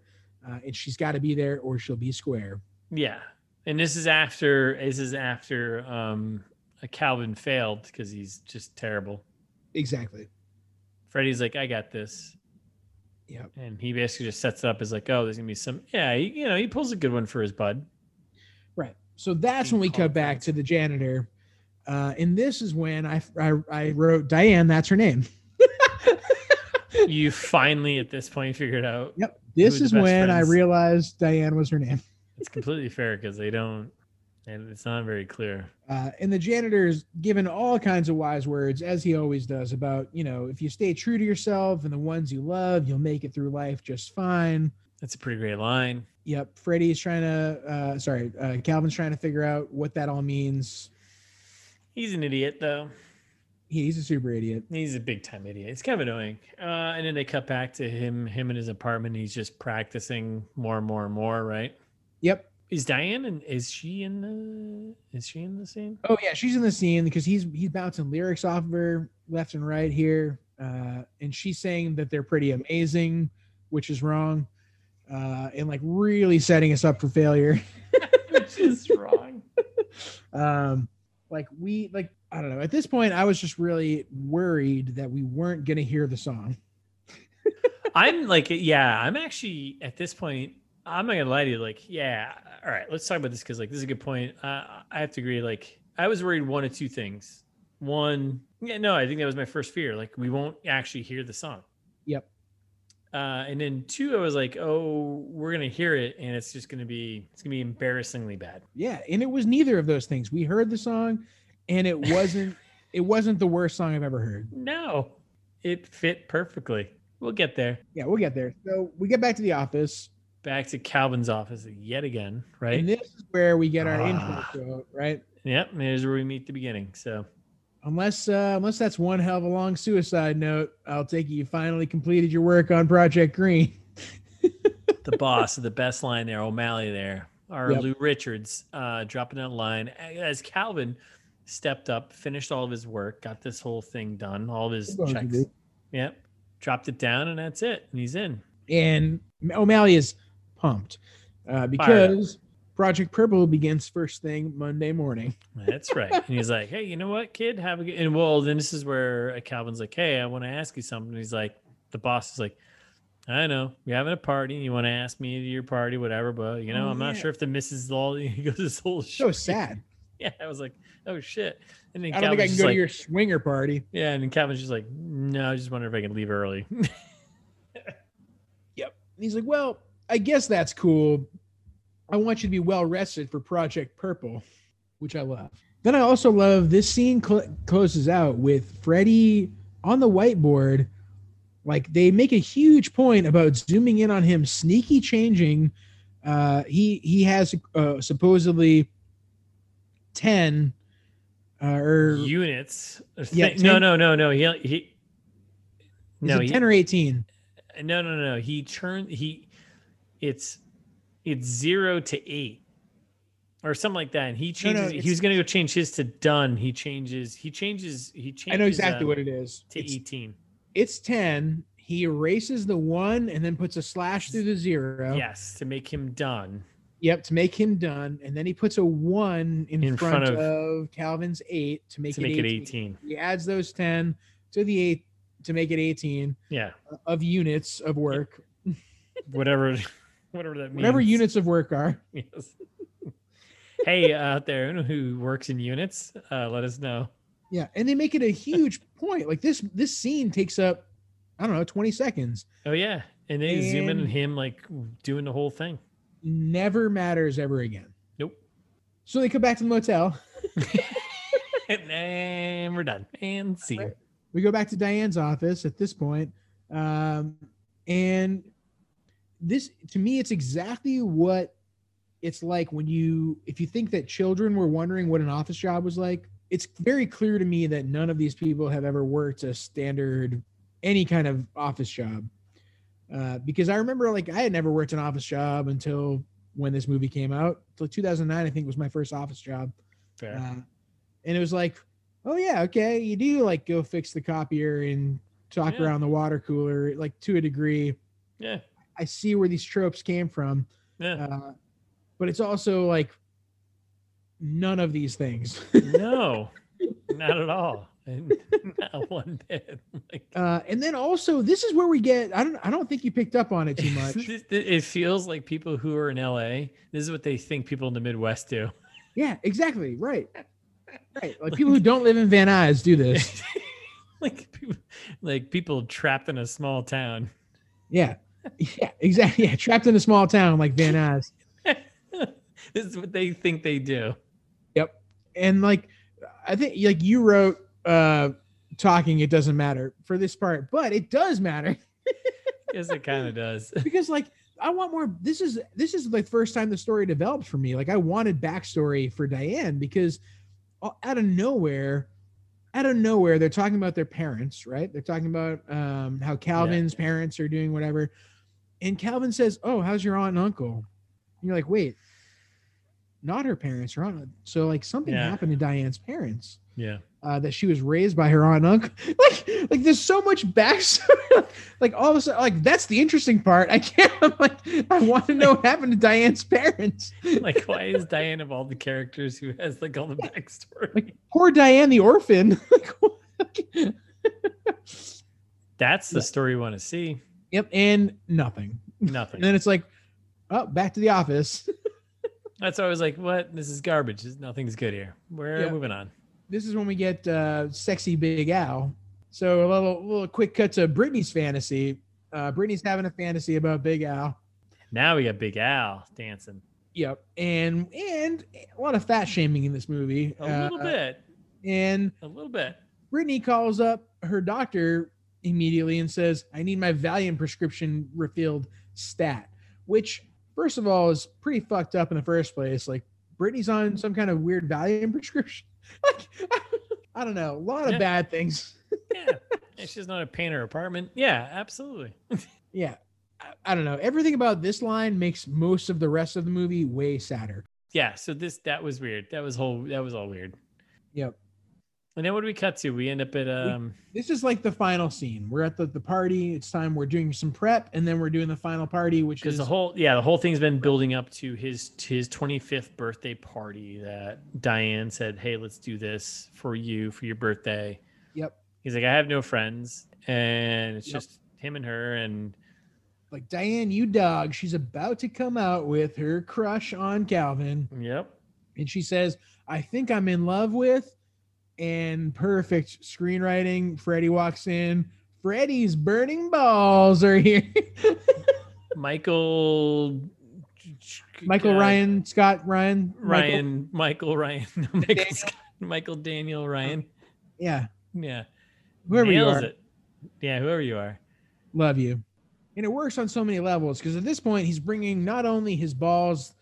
uh, and she's got to be there or she'll be square.
Yeah. And this is after this is after um Calvin failed because he's just terrible.
Exactly.
Freddie's like, I got this.
Yep.
And he basically just sets it up as like, oh, there's gonna be some yeah, he, you know, he pulls a good one for his bud.
Right. So that's
Being
when we cut
called
back
back.
to the janitor. Uh, and this is when I, I, I wrote Diane, that's her name.
You finally at this point figured out
Yep. This
the
is
best
when I
friends.
realized Diane was her name.
it's completely fair because they don't and it's not very clear.
Uh, and the janitor is given all kinds of wise words, as he always does, about, you know, if you stay true to yourself and the ones you love, you'll make it through life just fine.
That's a pretty great line.
Yep. Freddie's trying to, uh, sorry, uh, Calvin's trying to figure out what that all means.
He's an idiot though.
He's a super idiot.
He's a big time idiot. It's kind of annoying. Uh, and then they cut back to him, him in his apartment. He's just practicing more and more and more, right?
Yep.
Is Diane and is she in the is she in the scene?
Oh yeah, she's in the scene because he's he's bouncing lyrics off of her left and right here, uh, and she's saying that they're pretty amazing, which is wrong, uh, and like really setting us up for failure.
Which is wrong.
um, like we like I don't know. At this point, I was just really worried that we weren't gonna hear the song.
I'm like, yeah, I'm actually at this point. I'm not gonna lie to you. Like, yeah, all right, let's talk about this because like this is a good point. Uh, I have to agree. Like, I was worried one of two things. One, yeah, no, I think that was my first fear. Like, we won't actually hear the song.
Yep.
Uh, and then two, I was like, oh, we're gonna hear it, and it's just gonna be it's gonna be embarrassingly bad.
Yeah, and it was neither of those things. We heard the song, and it wasn't it wasn't the worst song I've ever heard.
No, it fit perfectly. We'll get there.
Yeah, we'll get there. So we get back to the office,
Back to Calvin's office yet again, right?
and this is where we get our intro
Ah.
quote, right?
Yep, here's where we meet the beginning. So
Unless uh, unless that's one hell of a long suicide note, I'll take it you finally completed your work on Project Green.
the boss of the best line there, O'Malley there, our
Yep.
Lou Richards, uh, dropping that line as Calvin stepped up, finished all of his work, got this whole thing done, all of his
Good work,
checks.
dude.
Yep. Dropped it down and that's it. And he's in.
And O'Malley is pumped uh, because Project Purple begins first thing Monday morning.
That's right. and he's like, Hey, you know what, kid? Have a good and well, then this is where uh, Calvin's like, Hey, I want to ask you something. He's like, the boss is like, I know you're having a party. You want to ask me to your party, whatever. But you know,
Oh,
I'm not
yeah.
sure if the missus all. He goes this whole
So
shit.
sad.
Yeah, I was like, oh shit. And then
I don't
Calvin's
think I can
just
go
like,
to your swinger party.
yeah, and then Calvin's just like, no, I just wonder if I can leave early.
And he's like, "Well, I guess that's cool. I want you to be well rested for Project Purple, which I love." Then I also love this scene cl- closes out with Freddy on the whiteboard. Like they make a huge point about zooming in on him, sneaky changing. Uh, he he has uh, supposedly ten uh, or
Units.
Yeah,
Thing- no,
ten-
no, no, no. He he.
is
No,
it
he,
ten or eighteen?
no, no, no. He turned he. It's it's zero to eight, or something like that. And he
No, no,
changes.
it's-
he was gonna go change his to done. He changes. He changes. He changes.
I know exactly
um,
what it is.
to
It's-
eighteen.
it's 10 he erases the one and then puts a slash through the zero
Yes, to make him done.
yep to make him done and then he puts a one in,
In
front,
front
of,
of-
calvin's eight to make,
to
it,
make
18.
it eighteen.
he adds those 10 to the eight to make it 18
Yeah,
of units of work
whatever, whatever that means.
whatever units of work are
Yes. hey, out there anyone who works in units, uh, let us know.
yeah and they make it a huge point like this this scene takes up i don't know 20 seconds
Oh yeah, and they zoom in on
And-
him like doing the whole thing.
never matters ever again
Nope.
so they come back to the motel
and we're done. And see. you.
Right. we go back to Diane's office at this point, um, and this to me, it's exactly what it's like when you if you think that children were wondering what an office job was like. It's very clear to me that none of these people have ever worked a standard any kind of office job, uh, because I remember like I had never worked an office job until when this movie came out. Until 2009, I think was my first office job.
Fair.
Uh, and it was like, oh yeah, okay, you do like go fix the copier and talk
Yeah.
around the water cooler, like to a degree.
yeah.
I see where these tropes came from,
Yeah.
uh, but it's also like none of these things.
no, not at all. And not one bit. Like,
uh, and then also, this is where we get. I don't. I don't think you picked up on it too much.
it it feels like people who are in LA. This is what they think people in the Midwest do.
yeah, exactly. Right. Right. Like people who don't live in Van Nuys do this.
like, people, like people trapped in a small town.
Yeah. Yeah. Exactly. Yeah. Trapped in a small town like Van Nuys.
this is what they think they do.
and like i think like you wrote uh talking it doesn't matter for this part but it does matter
Yes, it kind of does.
because like i want more this is this is the first time the story developed for me like i wanted backstory for diane because o- out of nowhere out of nowhere they're talking about their parents right they're talking about um how calvin's parents are doing whatever and calvin says oh how's your aunt and uncle and you're like wait not her parents her aunt so like something
Yeah.
happened to diane's parents
Yeah.
uh, that she was raised by her aunt and uncle. Like, like there's so much backstory. like all of a sudden, like that's the interesting part. I can't. I'm like, I want to know what happened to Diane's parents.
Like, why is Diane of all the characters who has like all the backstory?
Poor Diane the orphan. Like, what- like,
That's the story you want to see.
yep, and nothing. And
Nothing.
then it's like, oh, back to the office.
That's why I was like, what? This is garbage. This- Nothing's good here. We're
Yeah.
moving on.
this is when we get uh, sexy Big Al. So a little little quick cut to Brittany's fantasy. Uh, Brittany's having a fantasy about Big Al.
Now we got Big Al dancing
Yep, and and a lot of fat shaming in this movie.
a
Uh,
little bit,
And
a little bit.
Brittany calls up her doctor immediately and says, "I need my Valium prescription refilled stat," which first of all is pretty fucked up in the first place. Like Brittany's on some kind of weird Valium prescription. like I don't know, a lot of
Yeah.
bad things.
Yeah. it's just not a painter apartment. Yeah, absolutely.
yeah I, I don't know everything about this line makes most of the rest of the movie way sadder
Yeah. So this that was weird. That was whole that was all weird.
yep
And then what do we cut to? We end up at um
this is like the final scene we're at the, the party it's time we're doing some prep and then we're doing the final party which
because
is
the whole yeah the whole thing's been building up to his to his 25th birthday party that diane said hey let's do this for you for your birthday
Yep.
he's like i have no friends and it's
Yep.
just him and her and
like diane you dog she's about to come out with her crush on calvin
yep
and she says i think i'm in love with and perfect screenwriting freddie walks in freddie's burning balls are here
michael
michael
uh,
ryan scott ryan Michael-
ryan michael, ryan no, michael, Scott, michael daniel ryan
yeah
yeah
whoever you
Nails
are
it. yeah whoever you are
love you and it works on so many levels because at this point he's bringing not only his balls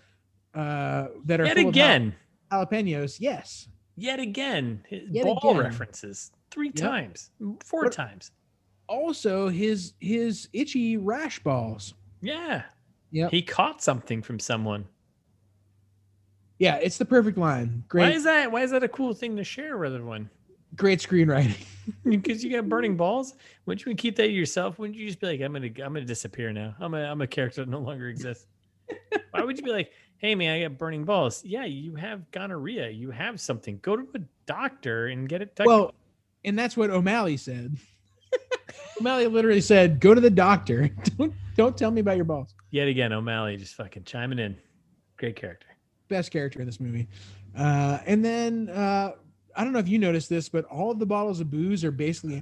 uh that are
yet
full of jal-
again
jalapenos yes
yet again his
Yet
ball
again.
references three
Yep.
times four
What-
times
also his his itchy rash balls
yeah
Yep.
he caught something from someone
yeah it's the perfect line
why
great
is that why is that a cool thing to share with everyone
great screenwriting
because you got burning balls wouldn't you keep that to yourself wouldn't you just be like i'm gonna i'm gonna disappear now i'm a i'm a character that no longer exists why would you be like hey man i got burning balls yeah you have gonorrhea you have something go to a doctor and get it checked
well and that's what o'malley said o'malley literally said go to the doctor don't don't tell me about your balls
yet again o'malley just fucking chiming in great character
best character in this movie. Uh, and then uh, I don't know if you noticed this, but all of the bottles of booze are basically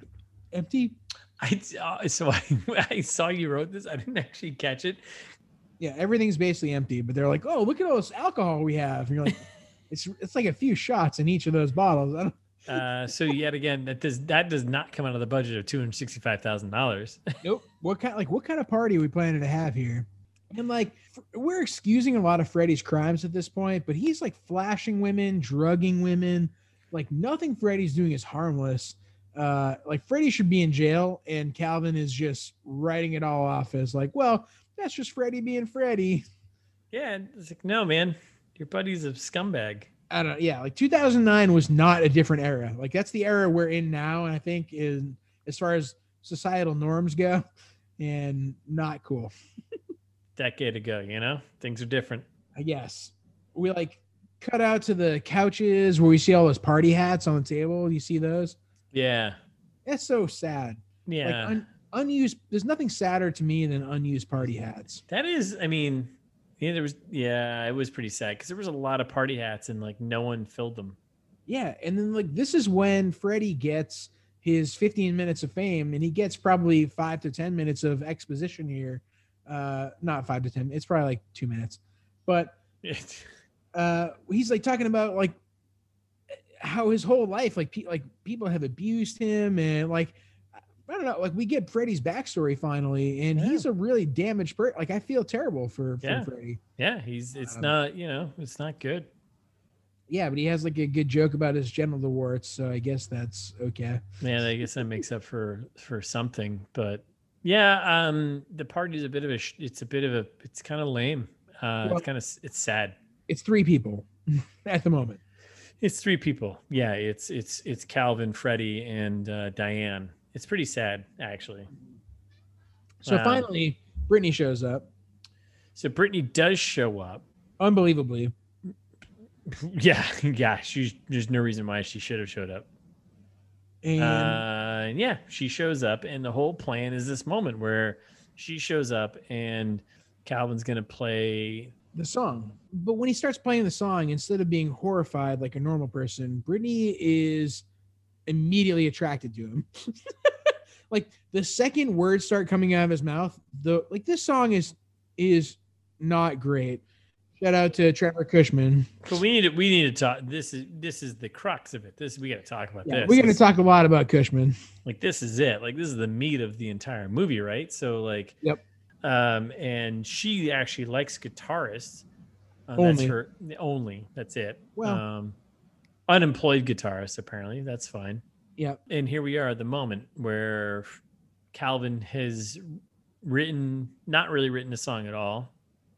empty.
I uh, so I, I saw you wrote this. I didn't actually catch it.
Yeah, everything's basically empty. But they're like, "Oh, look at all this alcohol we have." And you're like, "It's it's like a few shots in each of those bottles." I don't,
Uh, so yet again, that does that does not come out of the budget of two hundred sixty five thousand dollars.
nope. What kind like what kind of party are we planning to have here? And like f- we're excusing a lot of Freddy's crimes at this point, but he's like flashing women, drugging women. Like nothing Freddy's doing is harmless. Uh, like Freddy should be in jail, and Calvin is just writing it all off as like, well, that's just Freddy being Freddy.
Yeah, and it's like no, man, your buddy's a scumbag.
I don't. Yeah, like 2009 was not a different era. Like that's the era we're in now, and I think in as far as societal norms go, and not cool.
Decade ago, you know, things are different.
I guess we like cut out to the couches where we see all those party hats on the table. You see those?
Yeah,
That's so sad.
yeah,
Like un- unused. There's nothing sadder to me than unused party hats.
that is. I mean, yeah, there was. Yeah, it was pretty sad because there was a lot of party hats and like no one filled them.
Yeah, and then like this is when Freddie gets his 15 minutes of fame, and he gets probably five to 10 minutes of exposition here. Uh, not five to 10. It's probably like two minutes, but uh, he's like talking about like how his whole life, like pe- like people have abused him, and like I don't know, like we get Freddy's backstory finally, and
Yeah.
he's a really damaged person. Like I feel terrible for, for
Yeah.
Freddy.
yeah, he's. It's
Um,
not. You know, it's not good.
Yeah, but he has like a good joke about his genital warts, so I guess that's okay.
Yeah, I guess that makes up for for something, but yeah, um, the party's a bit of a. sh- It's a bit of a. It's kind of lame. Uh,
Well-
it's kind of. It's sad.
It's three people at the moment.
It's three people. Yeah, it's it's it's Calvin, Freddie, and uh, Diane. It's pretty sad, actually.
So
Wow.
finally, Brittany shows up,
So Brittany does show up.
unbelievably.
Yeah, yeah. She's there's no reason why she should have showed up.
And
Uh, and yeah, she shows up, and the whole plan is this moment where she shows up, and Calvin's gonna play.
the song. But when he starts playing the song, instead of being horrified like a normal person, Brittany is immediately attracted to him. like the second words start coming out of his mouth, the like this song is is not great. Shout out to Trevor Cushman.
But we need to we need to talk. This is this is the crux of it. This we got to talk about
Yeah,
this.
we're gonna
This-
talk a lot about Cushman.
like this is it like this is the meat of the entire movie right so like
Yep.
um and she actually likes guitarists um,
Only.
that's her only that's it
Well-
um unemployed guitarist apparently that's fine
Yep.
and here we are at the moment where calvin has written not really written a song at all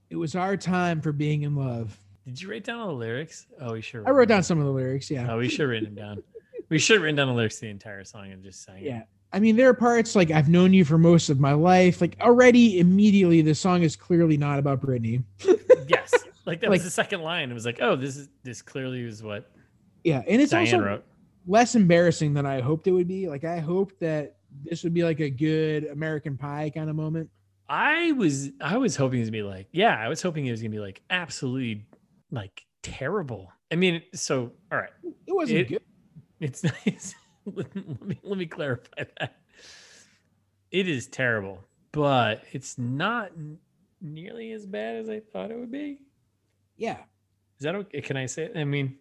It was our time for being in love.
did you write down all the lyrics oh we should
I wrote down some of the lyrics. Yeah.
oh we should have written them down we should have written down the lyrics to the entire song and just sang it.
Yeah. I mean, there are parts like I've known you for most of my life. Like already immediately, the song is clearly not about Britney.
yes like that
Like-
was the second line it was like oh this is this clearly is what
Yeah. And it's
diane
also
wrote
less embarrassing than I hoped it would be. Like I hoped that this would be like a good American Pie kind of moment.
i was i was hoping it was gonna be like yeah i was hoping it was gonna be like absolutely like terrible i mean so all right
It wasn't
It-
good.
it's nice let, me, let me clarify that it is terrible but it's not n- nearly as bad as i thought it would be
Yeah.
is that okay can i say it i mean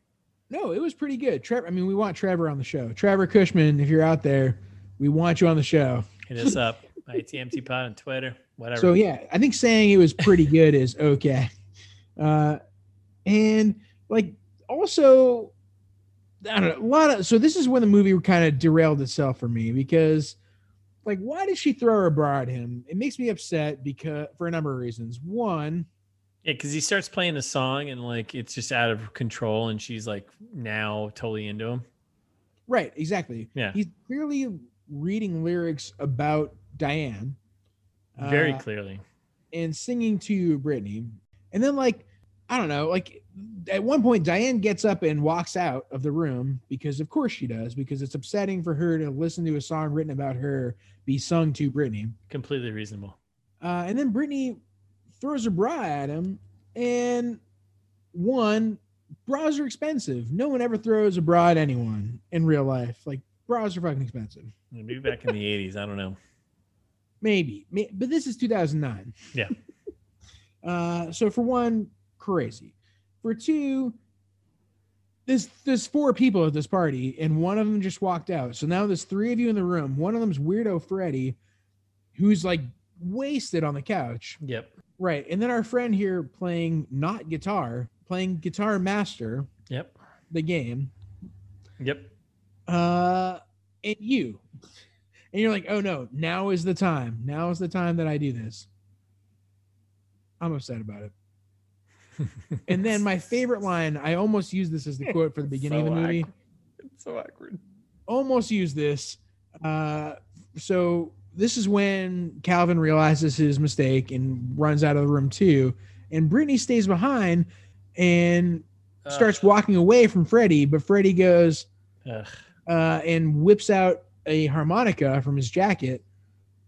No, it was pretty good. Trevor. I mean, we want Trevor on the show. Trevor Cushman, if you're out there, we want you on the show.
hit us up itmt pod on twitter whatever
So yeah, I think saying it was pretty good is okay. Uh, and like also, I don't know a lot of. So this is when the movie kind of derailed itself for me because, like, why did she throw her bra at him? It makes me upset because for a number of reasons. One,
Yeah, because he starts playing a song and like it's just out of control, and she's like now totally into him.
right, exactly.
Yeah.
he's clearly reading lyrics about Diane.
Very
Uh,
clearly.
and singing to Britney. And then like I don't know, like at one point Diane gets up and walks out of the room because of course she does because it's upsetting for her to listen to a song written about her be sung to Britney.
Completely reasonable.
Uh, and then Britney throws her bra at him and one bras are expensive. No one ever throws a bra at anyone in real life. Like bras are fucking expensive.
Maybe back in the 80s. I don't know.
maybe, May- but this is 2009.
Yeah.
uh, so for one, crazy. For two, there's there's four people at this party, and one of them just walked out. So now there's three of you in the room. One of them's weirdo Freddy, who's like wasted on the couch,
Yep.
right? And then our friend here playing not guitar, playing Guitar Master,
Yep.
the game,
Yep.
uh, and you. And you're like, oh no, now is the time. Now is the time that I do this. I'm upset about it. And then my favorite line, I almost used this as the quote for the beginning of
So
the movie.
awkward. It's so awkward.
Almost used this. Uh, so this is when Calvin realizes his mistake and runs out of the room too. And Brittany stays behind and
Ugh.
starts walking away from Freddy, but Freddy goes,
Ugh.
uh, and whips out a harmonica from his jacket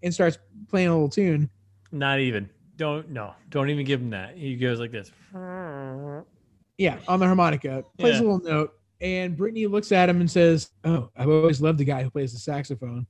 and starts playing a little tune.
Not even. Don't no. Don't even give him that. He goes like this.
Yeah, on the harmonica, plays a
Yeah.
little note, and Brittany looks at him and says, "Oh, I've always loved the guy who plays the saxophone,"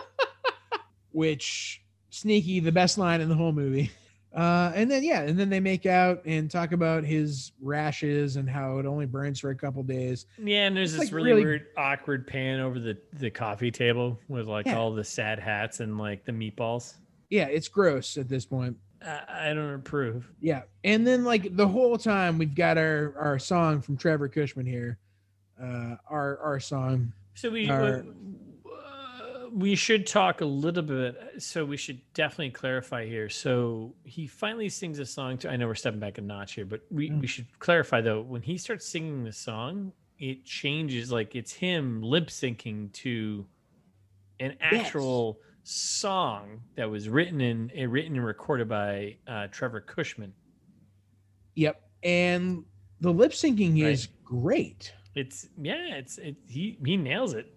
which sneaky, the best line in the whole movie. Uh, and then yeah, and then they make out and talk about his rashes and how it only burns for a couple days.
Yeah, and there's
It's,
this
like,
really,
really-
weird, awkward pan over the the coffee table with like
Yeah.
all the sad hats and like the meatballs.
Yeah, it's gross at this point.
I, I don't approve.
Yeah. And then like the whole time we've got our our song from Trevor Cushman here. Uh our our song.
So we
Or-
uh, we should talk a little bit. So we should definitely clarify here. So he finally sings a song. To, I know we're stepping back a notch here, but we,
Mm.
we should clarify though. When he starts singing the song, it changes. Like it's him lip syncing to an actual song that was written and and written and recorded by uh, Trevor Cushman.
Yep. And the lip syncing
Right.
is great.
It's yeah. It's it, he he nails it,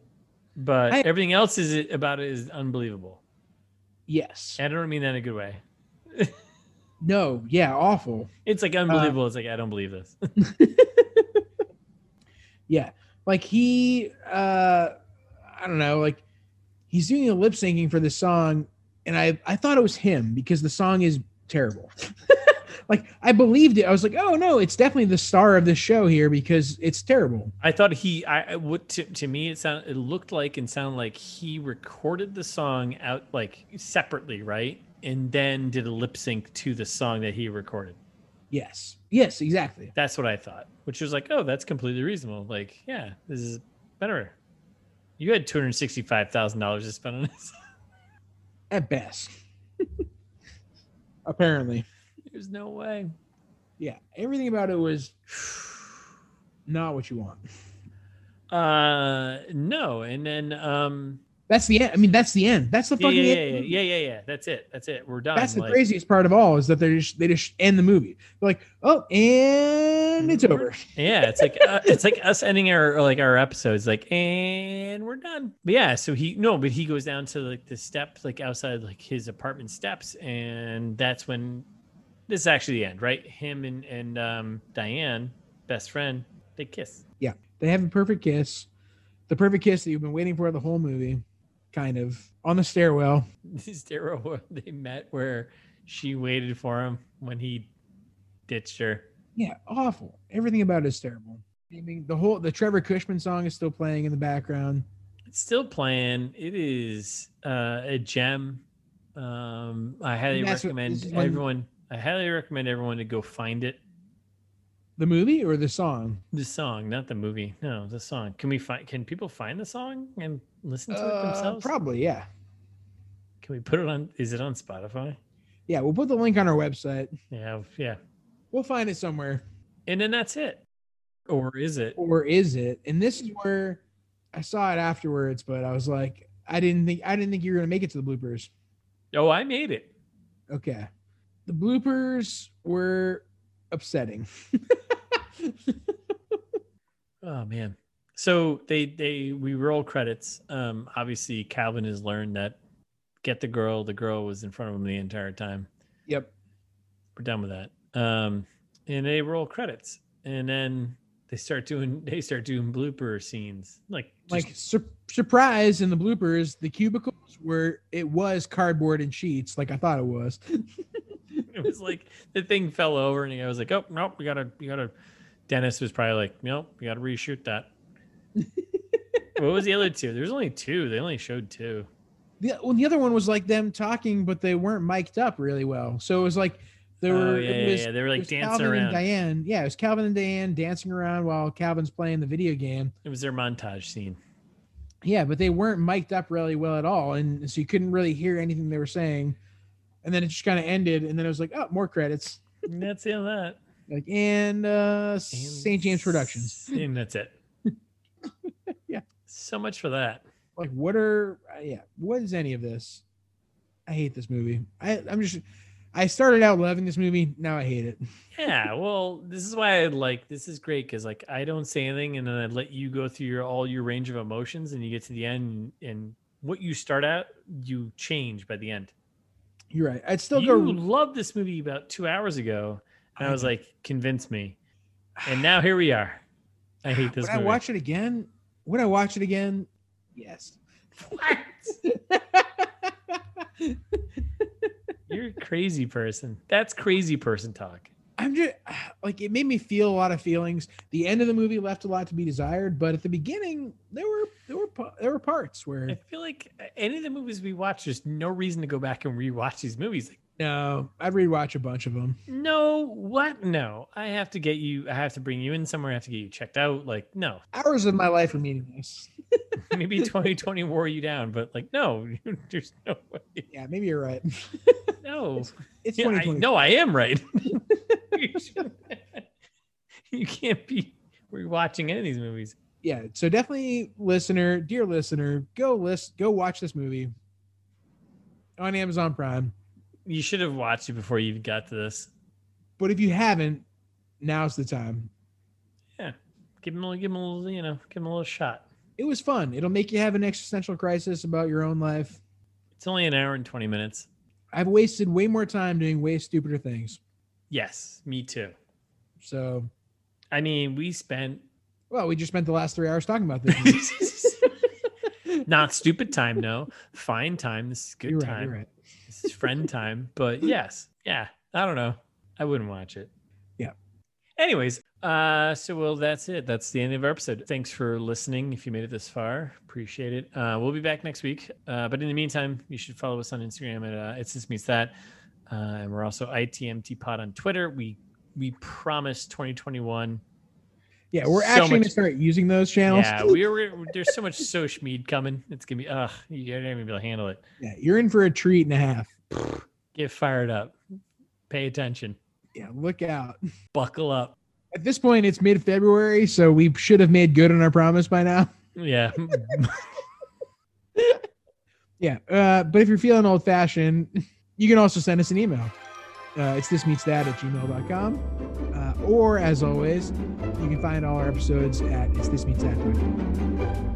but
I-
everything else is about it is unbelievable.
Yes.
And I don't mean that in a good way.
No. Yeah. Awful.
It's like unbelievable. it's like I don't believe this.
Yeah. Like he, uh, I don't know, like he's doing the lip syncing for the song. And I, I thought it was him because the song is terrible. like I believed it. I was like, oh no, it's definitely the star of the show here because it's terrible.
I thought he. I I- what to, to me it sound it looked like and sounded like he recorded the song out like separately, right? And then did a lip sync to the song that he recorded.
Yes. Yes, exactly.
That's what I thought, which was like, oh, that's completely reasonable. Like, yeah, this is better. You had two hundred sixty-five thousand dollars to spend on this.
At best. Apparently.
There's no way.
Yeah. Everything about it was not what you want.
Uh, no. And then, um,
That's the end. I mean, that's the end. That's the
yeah,
fucking
yeah, yeah,
end.
yeah, yeah, yeah, yeah. That's it. That's it. We're done.
That's the
Like,
craziest part of all is that they just they just end the movie. They're like, oh, and
Mm-hmm.
it's over.
yeah it's like uh, it's like us ending our like our episodes like and we're done but yeah so he no but he goes down to like the steps like outside like his apartment steps and that's when this is actually the end right him and and um diane best friend they kiss
They have a perfect kiss, the perfect kiss that you've been waiting for the whole movie, kind of on the stairwell.
this era they met where she waited for him when he ditched her
Yeah, awful. Everything about it is terrible. I mean, the whole the Trevor Cushman song is still playing in the background.
It's still playing. It is uh, a gem. Um, I highly
And that's what-
recommend
this is when-
everyone. I highly recommend everyone to go find it.
The movie or the song?
The song, not the movie. No, the song. Can we find? Can people find the song and listen to it
Uh,
themselves?
probably, yeah.
can we put it on? Is it on Spotify?
Yeah, we'll put the link on our website.
Yeah, yeah.
We'll find it somewhere.
And then that's it. Or is it?
or is it? And this is where I saw it afterwards, but I was like, I didn't think I didn't think you were gonna make it to the bloopers.
Oh, I made it.
Okay, the bloopers were upsetting.
Oh man. So they they we roll credits. Um obviously Calvin has learned that get the girl, the girl was in front of him the entire time.
Yep.
We're done with that. Um and they roll credits and then they start doing they start doing blooper scenes. Like
Like
just-
sur- surprise in the bloopers, the cubicles were it was cardboard and sheets, like I thought it was.
it was like the thing fell over and I was like, "Oh, nope, we got to we got to Dennis was probably like, "Nope, we got to reshoot that." what was the other two? There was only two. They only showed two.
The, well, the other one was like them talking, but they weren't mic'd up really well, so it was like there
oh,
were
yeah,
it
yeah,
was
yeah. They were
it
like
was
dancing
Calvin
around.
and Diane. Yeah, it was Calvin and Diane dancing around while Calvin's playing the video game.
It was their montage scene.
Yeah, but they weren't mic'd up really well at all, and so you couldn't really hear anything they were saying. And then it just kind of ended, and then it was like, oh, more credits,
And that's the end of that.
like and uh,
And
St. James Productions.
And that's it.
Yeah.
So much for that.
Like, what are uh, yeah, what is any of this? I hate this movie. I I'm just, I started out loving this movie, now I hate it.
Yeah. Well, this is why I like this is great because like I don't say anything and then I let you go through your all your range of emotions and you get to the end and what you start out you change by the end.
You're right. I'd still
you
go.
loved this movie about two hours ago and I,
I
was like, convince me. And now here we are. I hate this
Would I
movie.
watch it again? Would I watch it again? Yes.
What? You're a crazy person. That's crazy person talk.
I'm just like it made me feel a lot of feelings. The end of the movie left a lot to be desired, but at the beginning there were there were pa- there were parts
I
where
feel like uh, any of the movies we watch, there's no reason to go back and rewatch these movies. Like,
no, I'd rewatch a bunch of them.
no, what? No, I have to get you. I have to bring you in somewhere. I have to get you checked out. Like, no,
Hours of my life were meaningless.
Maybe 2020 wore you down, but like, no, there's no way.
Yeah, maybe you're right.
No.
It's
Yeah, I,
2020.
no, I am right. You shouldn't- you can't be rewatching any of these movies.
Yeah, so definitely, listener, dear listener, go list, go watch this movie on Amazon Prime.
You should have watched it before you got to this.
But if you haven't, now's the time.
Give him a give him a little, you know, give him a little shot.
It was fun. It'll make you have an existential crisis about your own life.
It's only an hour and 20 minutes.
I've wasted way more time doing way stupider things.
Yes, me too.
So,
I mean, we spent
well, we just spent the last three hours talking about this.
not stupid time, no. Fine time. This is good
you're right.
time.
You're right.
This is friend time. But yes, yeah. I don't know. I wouldn't watch it.
Yeah.
Anyways, uh, so well, that's it. That's the end of our episode. Thanks for listening. If you made it this far, appreciate it. Uh, we'll be back next week. Uh, but in the meantime, you should follow us on Instagram at uh, it's this meets that, uh, and we're also itmt pod on Twitter. We we promise 2021
Yeah, we're
So
actually going to
much-
start using those channels.
yeah, we were. There's so much social media coming. It's gonna be. Ugh, you're not even gonna be able to handle it.
Yeah, you're in for a treat and a half.
Get fired up. Pay attention.
Yeah, look out.
Buckle up.
At this point, it's mid February, so we should have made good on our promise by now.
Yeah.
Yeah, uh, but if you're feeling old fashioned, you can also send us an email. Uh, it's this meets that at gmail.com. Uh, or as always, you can find all our episodes at it's this meets that.